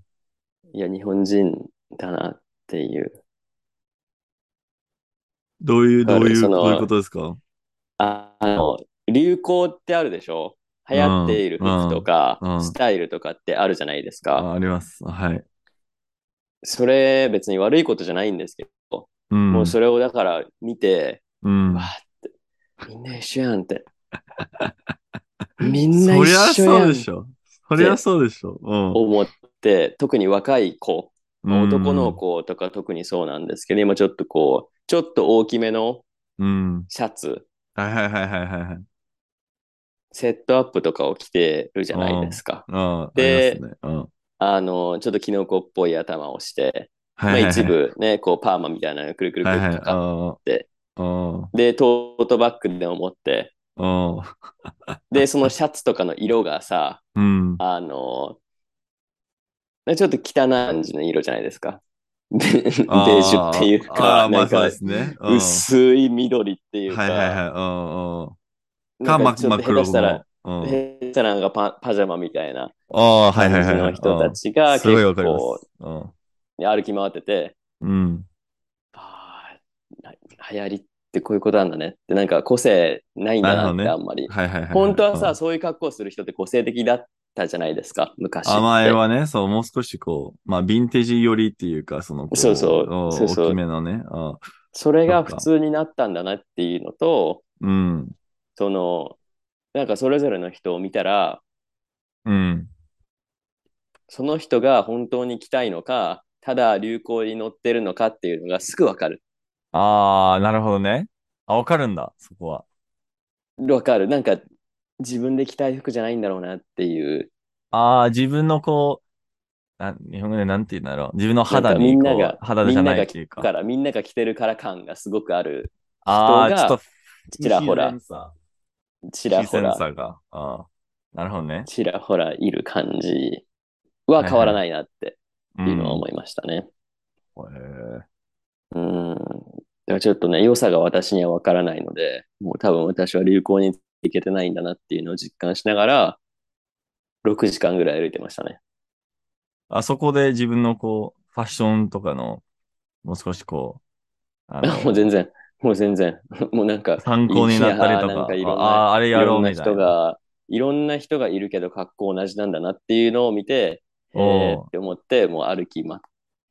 [SPEAKER 2] いや、日本人だなっていう。
[SPEAKER 1] どういう、どういう、
[SPEAKER 2] その
[SPEAKER 1] どういうことですか
[SPEAKER 2] ああの、流行ってあるでしょ流行っている服とか
[SPEAKER 1] うんう、ん
[SPEAKER 2] スタイルとかってあるじゃないですか。
[SPEAKER 1] ああります。はい。
[SPEAKER 2] それ別に悪いことじゃないんですけど、
[SPEAKER 1] うん。
[SPEAKER 2] もうそれをだから見て、
[SPEAKER 1] うん
[SPEAKER 2] わ。ーって、みんな一緒やん って。みんな
[SPEAKER 1] そりゃ
[SPEAKER 2] 一緒
[SPEAKER 1] そ
[SPEAKER 2] や
[SPEAKER 1] うんで
[SPEAKER 2] っ
[SPEAKER 1] してょ。そりゃそうでしょ。
[SPEAKER 2] 思って、特に若い子、
[SPEAKER 1] うん。
[SPEAKER 2] 男の子とか特にそうなんですけど、今ちょっとこう、ちょっと大きめの
[SPEAKER 1] うん。うん。
[SPEAKER 2] シャツ、
[SPEAKER 1] はいはいはいはいはいはい。
[SPEAKER 2] セットアップとかを着てるじゃないですか。
[SPEAKER 1] うん。
[SPEAKER 2] で
[SPEAKER 1] ありますね、うん。
[SPEAKER 2] あの、ちょっとキノコっぽい頭をして、
[SPEAKER 1] はいはいは
[SPEAKER 2] まあ、
[SPEAKER 1] い。
[SPEAKER 2] 一部ね、こうパーマみたいなのくるくるく
[SPEAKER 1] は
[SPEAKER 2] る
[SPEAKER 1] い
[SPEAKER 2] っと
[SPEAKER 1] は
[SPEAKER 2] か
[SPEAKER 1] い。あ
[SPEAKER 2] て
[SPEAKER 1] あ。
[SPEAKER 2] で、トートバッグでも持って、
[SPEAKER 1] うん。
[SPEAKER 2] で、そのシャツとかの色がさ、
[SPEAKER 1] うん。
[SPEAKER 2] あの、ねちょっと汚い感じの色じゃないですか。ベベージ
[SPEAKER 1] あー
[SPEAKER 2] ュっていう
[SPEAKER 1] あ
[SPEAKER 2] か、
[SPEAKER 1] ーま
[SPEAKER 2] な
[SPEAKER 1] あ
[SPEAKER 2] ん
[SPEAKER 1] そう
[SPEAKER 2] か
[SPEAKER 1] ですね。うん
[SPEAKER 2] 薄い緑っていう
[SPEAKER 1] はいはい
[SPEAKER 2] か、
[SPEAKER 1] は。
[SPEAKER 2] な
[SPEAKER 1] う
[SPEAKER 2] い
[SPEAKER 1] ん。
[SPEAKER 2] ん
[SPEAKER 1] か、ま
[SPEAKER 2] かちょっと下
[SPEAKER 1] 真っ
[SPEAKER 2] 手したら
[SPEAKER 1] 黒、の。うん。
[SPEAKER 2] 下手したらなんかパパジャマみたいな
[SPEAKER 1] ああ、はいはい
[SPEAKER 2] 感
[SPEAKER 1] は
[SPEAKER 2] じ
[SPEAKER 1] いは
[SPEAKER 2] の
[SPEAKER 1] い。
[SPEAKER 2] 人たち
[SPEAKER 1] うん
[SPEAKER 2] が
[SPEAKER 1] すごいわ
[SPEAKER 2] 結
[SPEAKER 1] かりま
[SPEAKER 2] 構
[SPEAKER 1] す。うん
[SPEAKER 2] 歩き回ってて、
[SPEAKER 1] うん。
[SPEAKER 2] あーな流行りってこういうことなんだねって、なんか個性ないんだなって
[SPEAKER 1] なる
[SPEAKER 2] あ
[SPEAKER 1] ほ
[SPEAKER 2] んまり。
[SPEAKER 1] はいはいはいい。
[SPEAKER 2] 本当は
[SPEAKER 1] う
[SPEAKER 2] さ、
[SPEAKER 1] ん、
[SPEAKER 2] そういう格好する人って個性的だったじゃないですか、昔って。
[SPEAKER 1] 甘えはね、そう、もう少しこう、まあ、ヴィンテージ寄りっていうか、そのこ、
[SPEAKER 2] そうそう
[SPEAKER 1] うん
[SPEAKER 2] そうそう
[SPEAKER 1] 大きめのね。あ
[SPEAKER 2] それが普通になったんだなっていうのと、
[SPEAKER 1] うん。
[SPEAKER 2] その、なんかそれぞれの人を見たら、
[SPEAKER 1] うん。
[SPEAKER 2] その人が本当に来たいのか、ただ流行に乗ってるのかっていうのがすぐわかる。
[SPEAKER 1] ああ、なるほどね。あ、わかるんだ、そこは。
[SPEAKER 2] わかる。なんか自分で着たい服じゃないんだろうなっていう。
[SPEAKER 1] ああ、自分のこう、なん日本語でなんて言うんだろう。自分の肌
[SPEAKER 2] なんかみ
[SPEAKER 1] に
[SPEAKER 2] ん
[SPEAKER 1] こ
[SPEAKER 2] な
[SPEAKER 1] う
[SPEAKER 2] が、、
[SPEAKER 1] 肌
[SPEAKER 2] み
[SPEAKER 1] じゃ
[SPEAKER 2] ん
[SPEAKER 1] な
[SPEAKER 2] ないが
[SPEAKER 1] ってい
[SPEAKER 2] 着
[SPEAKER 1] う
[SPEAKER 2] か
[SPEAKER 1] か。
[SPEAKER 2] ら、みんなが着てるから感がすごくある。
[SPEAKER 1] ああ、
[SPEAKER 2] 人
[SPEAKER 1] ちょ
[SPEAKER 2] が
[SPEAKER 1] っと、
[SPEAKER 2] ちらほら
[SPEAKER 1] センサ
[SPEAKER 2] ち
[SPEAKER 1] ー。
[SPEAKER 2] ら
[SPEAKER 1] セ
[SPEAKER 2] ほ
[SPEAKER 1] ン
[SPEAKER 2] ら
[SPEAKER 1] サ、ーが。ああ、なるほどね。
[SPEAKER 2] ちらほらいる感じは変わらないなって
[SPEAKER 1] う
[SPEAKER 2] いうのは
[SPEAKER 1] ん。
[SPEAKER 2] 思いましたね。
[SPEAKER 1] へー
[SPEAKER 2] うん。だからちょっとね、良さが私にはわからないので、もう多分私は流行にいけてないんだなっていうのを実感しながら、6時間ぐらい歩いてましたね。
[SPEAKER 1] あそこで自分のこう、ファッションとかの、もう少しこう、あ
[SPEAKER 2] もう全然、もう全然、 もうなんか、
[SPEAKER 1] 参考になったりと
[SPEAKER 2] いやーなんかい
[SPEAKER 1] か、
[SPEAKER 2] ろんな
[SPEAKER 1] ああ、あれ
[SPEAKER 2] い
[SPEAKER 1] やろ
[SPEAKER 2] ろ
[SPEAKER 1] うん
[SPEAKER 2] な
[SPEAKER 1] みたい
[SPEAKER 2] 人
[SPEAKER 1] な。
[SPEAKER 2] が、いろんな人がいるけど格好同じなんだなっていうのを見て、え
[SPEAKER 1] おー
[SPEAKER 2] ーって思って、もう歩き、ま、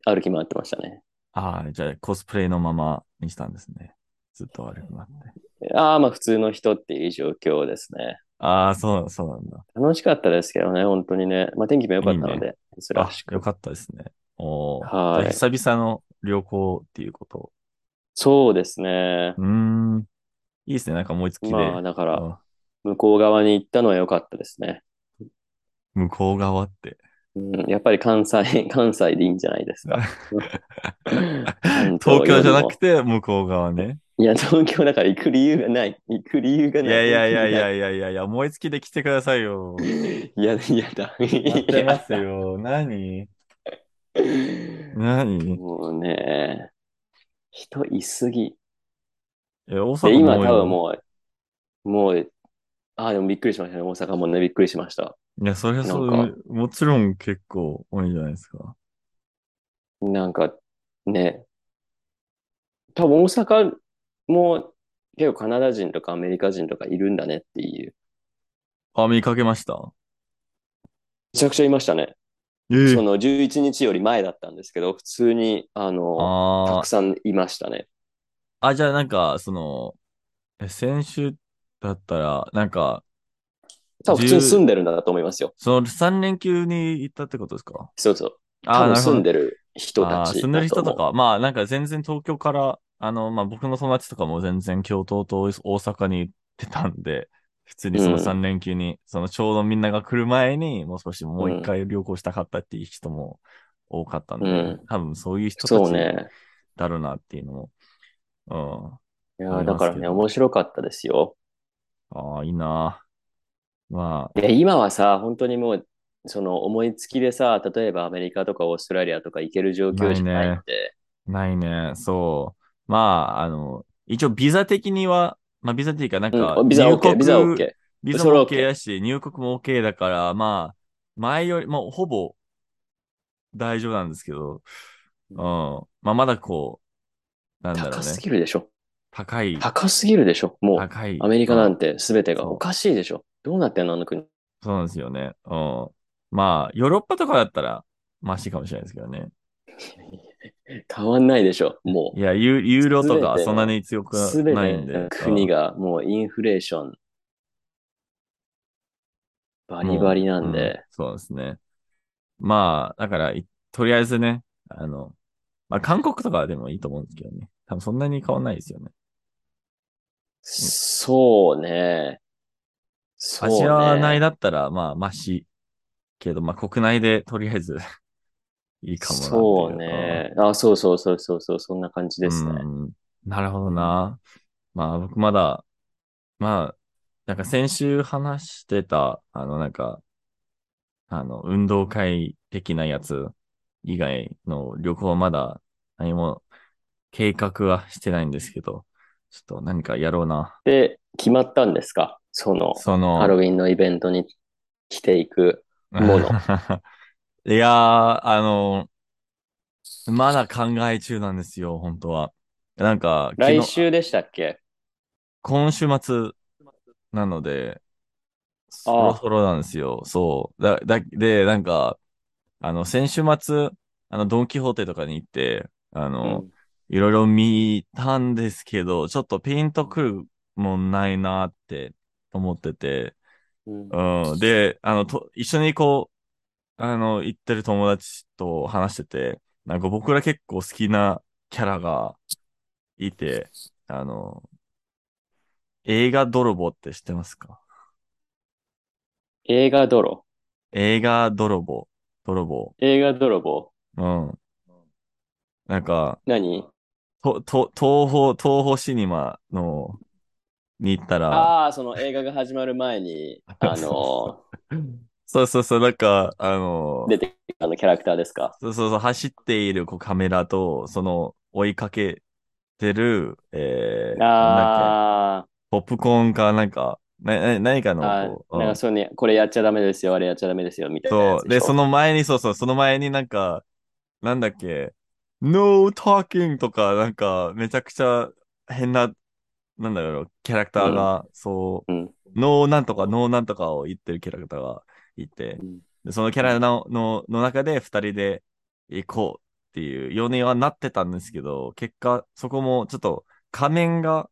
[SPEAKER 2] 歩き回ってましたね。
[SPEAKER 1] ああ、じゃあコスプレのままにしたんですね。ずっと悪くなって。
[SPEAKER 2] ああ、まあ普通の人っていう状況ですね。
[SPEAKER 1] ああ、そう、そうなんだ。
[SPEAKER 2] 楽しかったですけどね、本当にね。まあ天気も良かったの
[SPEAKER 1] いい
[SPEAKER 2] で、珍
[SPEAKER 1] あ
[SPEAKER 2] し、く
[SPEAKER 1] よかったですね。おお。
[SPEAKER 2] はい
[SPEAKER 1] じゃあ久々の旅行っていうこと。
[SPEAKER 2] そうですね。
[SPEAKER 1] うーん。いいですね。なんか思いつきで。
[SPEAKER 2] まあだか
[SPEAKER 1] う
[SPEAKER 2] ら、
[SPEAKER 1] ん
[SPEAKER 2] 向こう側に行ったのは良かったですね。
[SPEAKER 1] 向こう側って。
[SPEAKER 2] うん、やっぱり関西、 関西でいいんじゃないですか。関東
[SPEAKER 1] 東
[SPEAKER 2] よりも
[SPEAKER 1] 京じゃなくて、向こう側ね。
[SPEAKER 2] いや、東京だから行く理由がない。行く理由が
[SPEAKER 1] い
[SPEAKER 2] な
[SPEAKER 1] や
[SPEAKER 2] い。
[SPEAKER 1] いやいやい
[SPEAKER 2] い
[SPEAKER 1] やいやいやいや、思いつきで来てくださいよ。
[SPEAKER 2] や。いや、いやだ。
[SPEAKER 1] やって
[SPEAKER 2] い
[SPEAKER 1] ま
[SPEAKER 2] や
[SPEAKER 1] すよ。何何
[SPEAKER 2] もうね、人いすぎ。
[SPEAKER 1] え、大阪
[SPEAKER 2] で、今多
[SPEAKER 1] 多いよ
[SPEAKER 2] 分もう、もう、ああ、でもびっくりしましたね。大阪もね、びっくりしました。
[SPEAKER 1] いや、そりゃそ
[SPEAKER 2] なん
[SPEAKER 1] う、もちろん結構多いんじゃないですか。
[SPEAKER 2] なんか、ね、多分大阪も結構カナダ人とかアメリカ人とかいるんだねっていう。
[SPEAKER 1] あ、見かけました。
[SPEAKER 2] めちゃくちゃいましたね。
[SPEAKER 1] ええ
[SPEAKER 2] その11日より前だったんですけど、普通に、あの、た
[SPEAKER 1] あ
[SPEAKER 2] くさんいましたね。
[SPEAKER 1] あ、あ、じゃあなんか、その、え、先週だったら、なんか、
[SPEAKER 2] 多分普通に
[SPEAKER 1] 10
[SPEAKER 2] 住んでるんだと思いますよ。
[SPEAKER 1] その3連休に行ったってことですか
[SPEAKER 2] そうそう。
[SPEAKER 1] あ
[SPEAKER 2] 多
[SPEAKER 1] あ、な
[SPEAKER 2] 分
[SPEAKER 1] るほ
[SPEAKER 2] 住
[SPEAKER 1] ど
[SPEAKER 2] ん。でる人た
[SPEAKER 1] ああ、
[SPEAKER 2] ち
[SPEAKER 1] 住んでる
[SPEAKER 2] だ
[SPEAKER 1] 人
[SPEAKER 2] と
[SPEAKER 1] と
[SPEAKER 2] 思
[SPEAKER 1] か、
[SPEAKER 2] う。
[SPEAKER 1] まあなんか全然東京から、あの、まあ僕の友達とかも全然京都と大阪に行ってたんで、普通にその
[SPEAKER 2] うん
[SPEAKER 1] 3連休に、そのちょうどみんなが来る前に、もう少しもう一回旅行したかったっていう人も多かったんで、
[SPEAKER 2] うん
[SPEAKER 1] 多分そういう人た
[SPEAKER 2] そう
[SPEAKER 1] ち
[SPEAKER 2] ね。
[SPEAKER 1] だろうなっていうのも。
[SPEAKER 2] い
[SPEAKER 1] 思
[SPEAKER 2] や
[SPEAKER 1] いますけど
[SPEAKER 2] だからね、面白かったですよ。
[SPEAKER 1] うん。ああ、いいな。まあ、
[SPEAKER 2] いや、今はさ、本当にもう、その思いつきでさ、例えばアメリカとかオーストラリアとか行ける状況しかないんで、
[SPEAKER 1] ないね。そう。まあ、あの、一応ビザ的には、まあビザっていうか、なんか、
[SPEAKER 2] うん、ビザ
[SPEAKER 1] 入
[SPEAKER 2] OK、
[SPEAKER 1] 国
[SPEAKER 2] ビザ OK。
[SPEAKER 1] ビザ
[SPEAKER 2] それ
[SPEAKER 1] も
[SPEAKER 2] は OK
[SPEAKER 1] OK やし、入国も OK だから、まあ、前より、もうほぼ大丈夫なんですけど、うん。まあ、まだこう、なんだろ
[SPEAKER 2] 高
[SPEAKER 1] うね
[SPEAKER 2] す。ぎるでしょ。
[SPEAKER 1] 高い、
[SPEAKER 2] 高すぎるでしょ。もう、
[SPEAKER 1] 高い。
[SPEAKER 2] アメリカなん
[SPEAKER 1] て。
[SPEAKER 2] て全てが
[SPEAKER 1] そう
[SPEAKER 2] おかしいでしょ。どうなってんのあの国。
[SPEAKER 1] そうなんですよね。うん。まあ、ヨーロッパとかだったら、マシかもしれないですけどね。
[SPEAKER 2] 変わんないでしょ、も
[SPEAKER 1] いや、ユユーロと
[SPEAKER 2] 全
[SPEAKER 1] か
[SPEAKER 2] ての
[SPEAKER 1] そんなに強く
[SPEAKER 2] う。すべ
[SPEAKER 1] ない
[SPEAKER 2] て
[SPEAKER 1] んで
[SPEAKER 2] の。国がもうインフレーション、バリバリなん
[SPEAKER 1] もううん
[SPEAKER 2] で、
[SPEAKER 1] そうですね。まあ、だから、いとりあえずね、あの、まあ、韓国とかでもいいと思うんですけどね。多分そんなに変わんないですよね。
[SPEAKER 2] そうね。そ
[SPEAKER 1] ア
[SPEAKER 2] う
[SPEAKER 1] ジ
[SPEAKER 2] ね。
[SPEAKER 1] ア内だったら、まあ、マシ。けど、まあ、国内でとりあえず いいかもなってい
[SPEAKER 2] そうね。あ、そうそうそうそうそう、そんな感じですね。
[SPEAKER 1] うんなるほどな。まあ僕まだ、まあ、なんか先週話してた、あのなんか、あの、運動会的なやつ以外の旅行はまだ何も計画はしてないんですけど、ちょっと何かやろうな。
[SPEAKER 2] で、決まったんですかその、
[SPEAKER 1] その、
[SPEAKER 2] ハロウィンのイベントに着ていく。もの
[SPEAKER 1] いやー、あの、まだ考え中なんですよ、本当は。なんか、昨日
[SPEAKER 2] 来週でしたっけ
[SPEAKER 1] 今週末なので、そ
[SPEAKER 2] ああ
[SPEAKER 1] ろそろなんですよ。そう。だ、だ、で、なんか、あの、先週末、あの、ドンキホーテとかに行って、あの、いろいろ見たんですけど、ちょっとピンとくるもんないなって思ってて、
[SPEAKER 2] うんうん
[SPEAKER 1] うん。で、あの、と、一緒にこう、あの、行ってる友達と話してて、なんか僕ら結構好きなキャラがいて、あの、映画泥棒って知ってますか
[SPEAKER 2] 映画泥。
[SPEAKER 1] 映画泥棒、泥棒。
[SPEAKER 2] 映画泥棒。
[SPEAKER 1] うん。なんか、
[SPEAKER 2] 何
[SPEAKER 1] と、と、東宝、東宝シネマの、に行ったら、
[SPEAKER 2] ああー、その映画が始まる前に、あの、
[SPEAKER 1] そうそうそう、なんか、あの、
[SPEAKER 2] 出てきたあのキャラクターですか。
[SPEAKER 1] そうそうそう、走っているこうカメラと、その追いかけてる、えー、なんだっけ、
[SPEAKER 2] あ
[SPEAKER 1] ポップコーンかなんか、な、な、何か
[SPEAKER 2] ーあ
[SPEAKER 1] の、こう
[SPEAKER 2] ー、なん
[SPEAKER 1] うん
[SPEAKER 2] かそうね、これやっちゃダメですよ、あれやっちゃダメですよ、みたいなや
[SPEAKER 1] そ
[SPEAKER 2] つ
[SPEAKER 1] う、
[SPEAKER 2] でし
[SPEAKER 1] で、
[SPEAKER 2] ょ。
[SPEAKER 1] その前に、そうそう、その前になんか、なんだっけ、No talking とか、なんか、めちゃくちゃ変な、なんだろう、キャラクターが、そう
[SPEAKER 2] うん
[SPEAKER 1] う、No なんとか、No なんとかを言ってるキャラクターがいて、でそのキャラののの中で二人で行こうっていう4人はなってたんですけど、結果、そこもちょっと仮面が、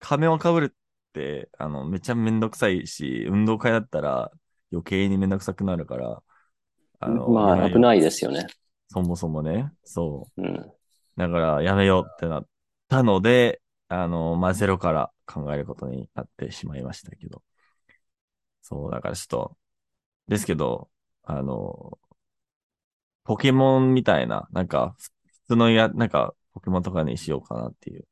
[SPEAKER 1] 仮面をかぶるって、あの、めちゃめんどくさいし、運動会だったら余計にめんどくさくなるから、あの、
[SPEAKER 2] まあ、危
[SPEAKER 1] い。
[SPEAKER 2] ないですよね。
[SPEAKER 1] そもそもね、そう。
[SPEAKER 2] うん。
[SPEAKER 1] だから、やめようってなったので、あの、まあ、ゼロから考えることになってしまいましたけど。そう、だからちょっと、ですけど、あの、ポケモンみたいな、なんか、ふ普通のや、なんか、ポケモンとかにしようかなっていう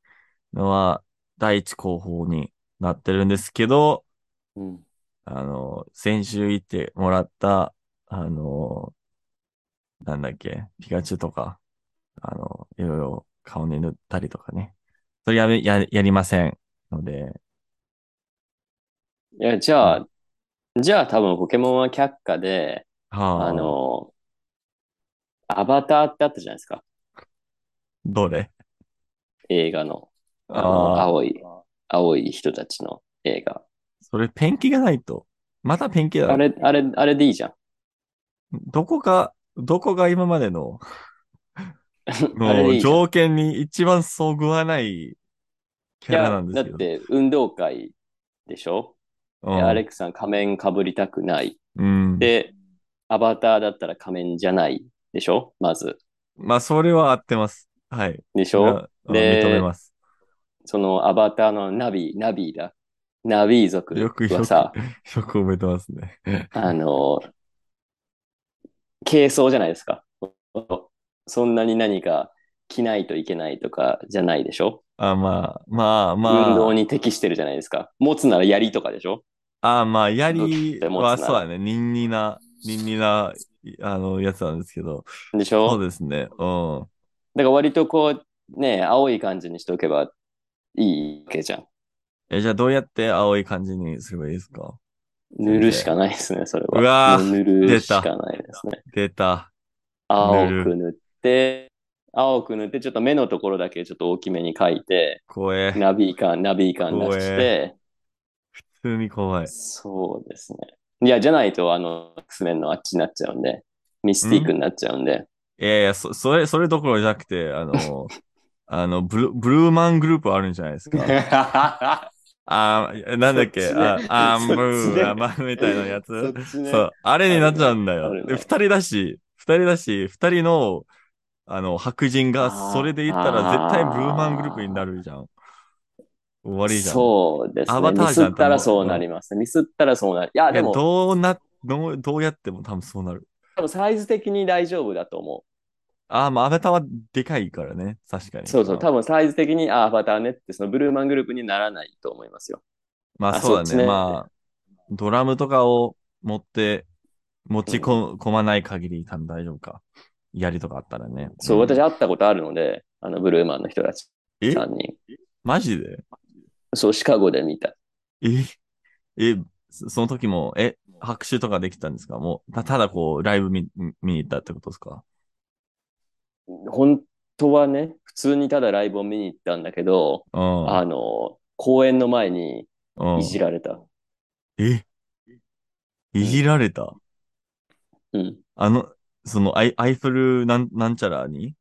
[SPEAKER 1] のは、第一候補になってるんですけど、
[SPEAKER 2] うん
[SPEAKER 1] あの、先週行ってもらった、あの、なんだっけ、ピカチュウとか、あの、いろいろ顔に塗ったりとかね。それやめ、や、やりませんので、
[SPEAKER 2] いや、じゃあ、じゃあ多分ポケモンは却下で、
[SPEAKER 1] は
[SPEAKER 2] あ、の、アバターってあったじゃないですか。
[SPEAKER 1] どれ
[SPEAKER 2] 映画の、あの、
[SPEAKER 1] ああ、
[SPEAKER 2] 青い、青い人たちの映画。
[SPEAKER 1] それペンキがないと。またペンキだ
[SPEAKER 2] あ。れ、あれ、あれでいいじゃん。
[SPEAKER 1] どこが、どこが今まで の、
[SPEAKER 2] あれでい
[SPEAKER 1] の
[SPEAKER 2] いじゃん
[SPEAKER 1] 条件に一番そぐわないキャラなん
[SPEAKER 2] い
[SPEAKER 1] です
[SPEAKER 2] や
[SPEAKER 1] け
[SPEAKER 2] だっ
[SPEAKER 1] ど。
[SPEAKER 2] て、運動会でしょ、
[SPEAKER 1] う
[SPEAKER 2] で
[SPEAKER 1] ん
[SPEAKER 2] アレックさん仮面かぶりたくない。
[SPEAKER 1] うん。
[SPEAKER 2] で、アバターだったら仮面じゃないでしょまず。
[SPEAKER 1] まあ、それは合ってます。はい。
[SPEAKER 2] でし
[SPEAKER 1] それ
[SPEAKER 2] ょ
[SPEAKER 1] はうん
[SPEAKER 2] で
[SPEAKER 1] 認めます。
[SPEAKER 2] そのアバターのナビ、ナビだ。ナビ族
[SPEAKER 1] よくよ
[SPEAKER 2] は
[SPEAKER 1] く、
[SPEAKER 2] さ、
[SPEAKER 1] よく覚えてますね。
[SPEAKER 2] あの、軽装じゃないですか。そんなに何か着ないといけないとかじゃないでしょ、
[SPEAKER 1] あ、まあ、まあ、まあ。
[SPEAKER 2] 運動に適してるじゃないですか。持つなら槍とかでしょ
[SPEAKER 1] あ、まあ、やり
[SPEAKER 2] で持つな
[SPEAKER 1] は
[SPEAKER 2] ら
[SPEAKER 1] そうだね。ニンニな、ニンニな、あの、やつなんですけど。
[SPEAKER 2] でしょ
[SPEAKER 1] そうですね。うん。
[SPEAKER 2] だから割とこう、ね、青い感じにしておけばいいわけじゃん。
[SPEAKER 1] え、じゃあどうやって青い感じにすればいいですか
[SPEAKER 2] 塗るしかないですね、それは。
[SPEAKER 1] うわー
[SPEAKER 2] も塗るしかないですね。
[SPEAKER 1] 出た。
[SPEAKER 2] 青
[SPEAKER 1] 塗
[SPEAKER 2] く塗って、青く塗って、ちょっと目のところだけちょっと大きめに描いて、
[SPEAKER 1] 怖え。
[SPEAKER 2] ナビ感、ナビ感出して、
[SPEAKER 1] 風味怖い。
[SPEAKER 2] そうですね。いや、じゃないと、あの、X メンのあっちになっちゃうんで、ミスティックになっちゃう んで、
[SPEAKER 1] いやいや、そ、それ、それどころじゃなくて、あ の、あの、ブル、ブルーマングループあるんじゃないですか。あー、なんだっけ、
[SPEAKER 2] そっちね
[SPEAKER 1] あ、あー、
[SPEAKER 2] そっちね
[SPEAKER 1] ブー、あ、まあ、みたいなや
[SPEAKER 2] そっ
[SPEAKER 1] つ。
[SPEAKER 2] ちね。
[SPEAKER 1] そう、あれになっちゃうんだよ
[SPEAKER 2] ある。ね
[SPEAKER 1] で、二人だし、二人だし、二人の、あの、白人が、
[SPEAKER 2] あー
[SPEAKER 1] それで言ったら絶対ブルーマングループになるじゃん。終わりじゃん。
[SPEAKER 2] そうです
[SPEAKER 1] ア
[SPEAKER 2] ね。
[SPEAKER 1] バタ
[SPEAKER 2] ミ
[SPEAKER 1] ーじ
[SPEAKER 2] ス
[SPEAKER 1] ゃん
[SPEAKER 2] ったらそうなります。ミスったらそうなる。いや、
[SPEAKER 1] いや、
[SPEAKER 2] でも、
[SPEAKER 1] どうな、どう、どうやっても多分そうなる。
[SPEAKER 2] 多分サイズ的に大丈夫だと思
[SPEAKER 1] あー、まあ、アバターはでかいからね。確か
[SPEAKER 2] う。
[SPEAKER 1] に。
[SPEAKER 2] そうそう、
[SPEAKER 1] まあ
[SPEAKER 2] 多分サイズ的に、あ、アバターねって、そのブルーマングループにならないと思いますよ。
[SPEAKER 1] まあ
[SPEAKER 2] あ
[SPEAKER 1] そうだ
[SPEAKER 2] そっ
[SPEAKER 1] ね。
[SPEAKER 2] ちね
[SPEAKER 1] まあ、ドラムとかを持って、持ちこ、込まない限り多分大丈夫か。槍とかあったらね。
[SPEAKER 2] そう、
[SPEAKER 1] ん
[SPEAKER 2] 私会ったことあるので、あの、ブルーマンの人たち
[SPEAKER 1] え
[SPEAKER 2] 3人。
[SPEAKER 1] マジで
[SPEAKER 2] そう、シカゴで見た。
[SPEAKER 1] ええ、そその時も、え、拍手とかできたんですかもう、たただこう、ライブ見、見に行ったってことですか
[SPEAKER 2] 本当はね、普通にただライブを見に行ったんだけど、
[SPEAKER 1] うん。
[SPEAKER 2] あの、公演の前に
[SPEAKER 1] うん
[SPEAKER 2] いじられた。
[SPEAKER 1] えいじられた
[SPEAKER 2] うん。
[SPEAKER 1] あの、その、アイ、アイフルなん、なんちゃらに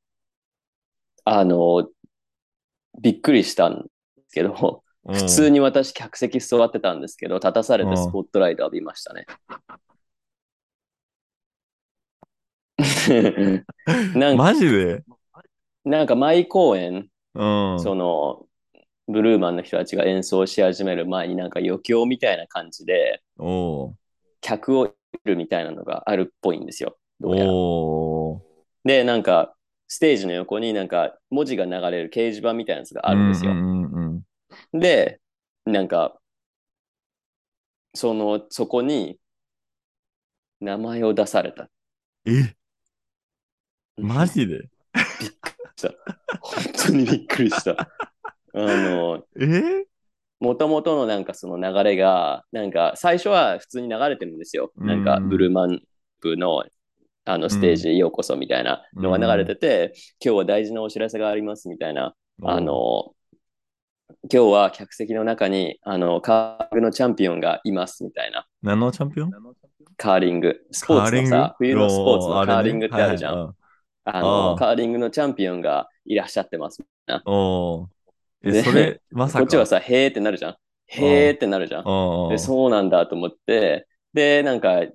[SPEAKER 2] あの、びっくりしたんですけど、普通
[SPEAKER 1] に。
[SPEAKER 2] に私客席座ってたんですけど、立たされてスポットライト浴びましたね。 なんか、
[SPEAKER 1] マジで
[SPEAKER 2] なんか毎公演、
[SPEAKER 1] うん。
[SPEAKER 2] その、ブルーマンの人たちが演奏し始める前になんか余興みたいな感じで、
[SPEAKER 1] おう
[SPEAKER 2] 客を入れるみたいなのがあるっぽいんですよ。どうやら
[SPEAKER 1] おー
[SPEAKER 2] で、なんか、ステージの横になんか文字が流れる掲示板みたいなやつがあるんですよ
[SPEAKER 1] う。んうんうんうん。
[SPEAKER 2] で、なんか、その、そこに名前を出された。
[SPEAKER 1] え、マジで
[SPEAKER 2] 本当にびっくりした。あの、
[SPEAKER 1] え
[SPEAKER 2] もともとのなんかその流れが、なんか最初は普通に流れてるんですよ。
[SPEAKER 1] うん
[SPEAKER 2] なんかブルーマンプのあのステージへようこそみたいなのが流れてて、今日は大事なお知らせがありますみたいなあ、の、今日は客席の中に、あの、カーリングのチャンピオンがいますみたいな。
[SPEAKER 1] 何のチャンピオン
[SPEAKER 2] カーリング。スポーツのさ、冬のスポーツのカーリングってあるじゃん。あ,、
[SPEAKER 1] ん。
[SPEAKER 2] の
[SPEAKER 1] あー
[SPEAKER 2] カーリングのチャンピオンがいらっしゃってます。
[SPEAKER 1] おーえ、
[SPEAKER 2] で
[SPEAKER 1] それ、まさ
[SPEAKER 2] こ
[SPEAKER 1] か。
[SPEAKER 2] っちはさ、へーってなるじゃん。へーってなるじゃん。
[SPEAKER 1] うんうん、
[SPEAKER 2] で、そうなんだと思って、で、なんか、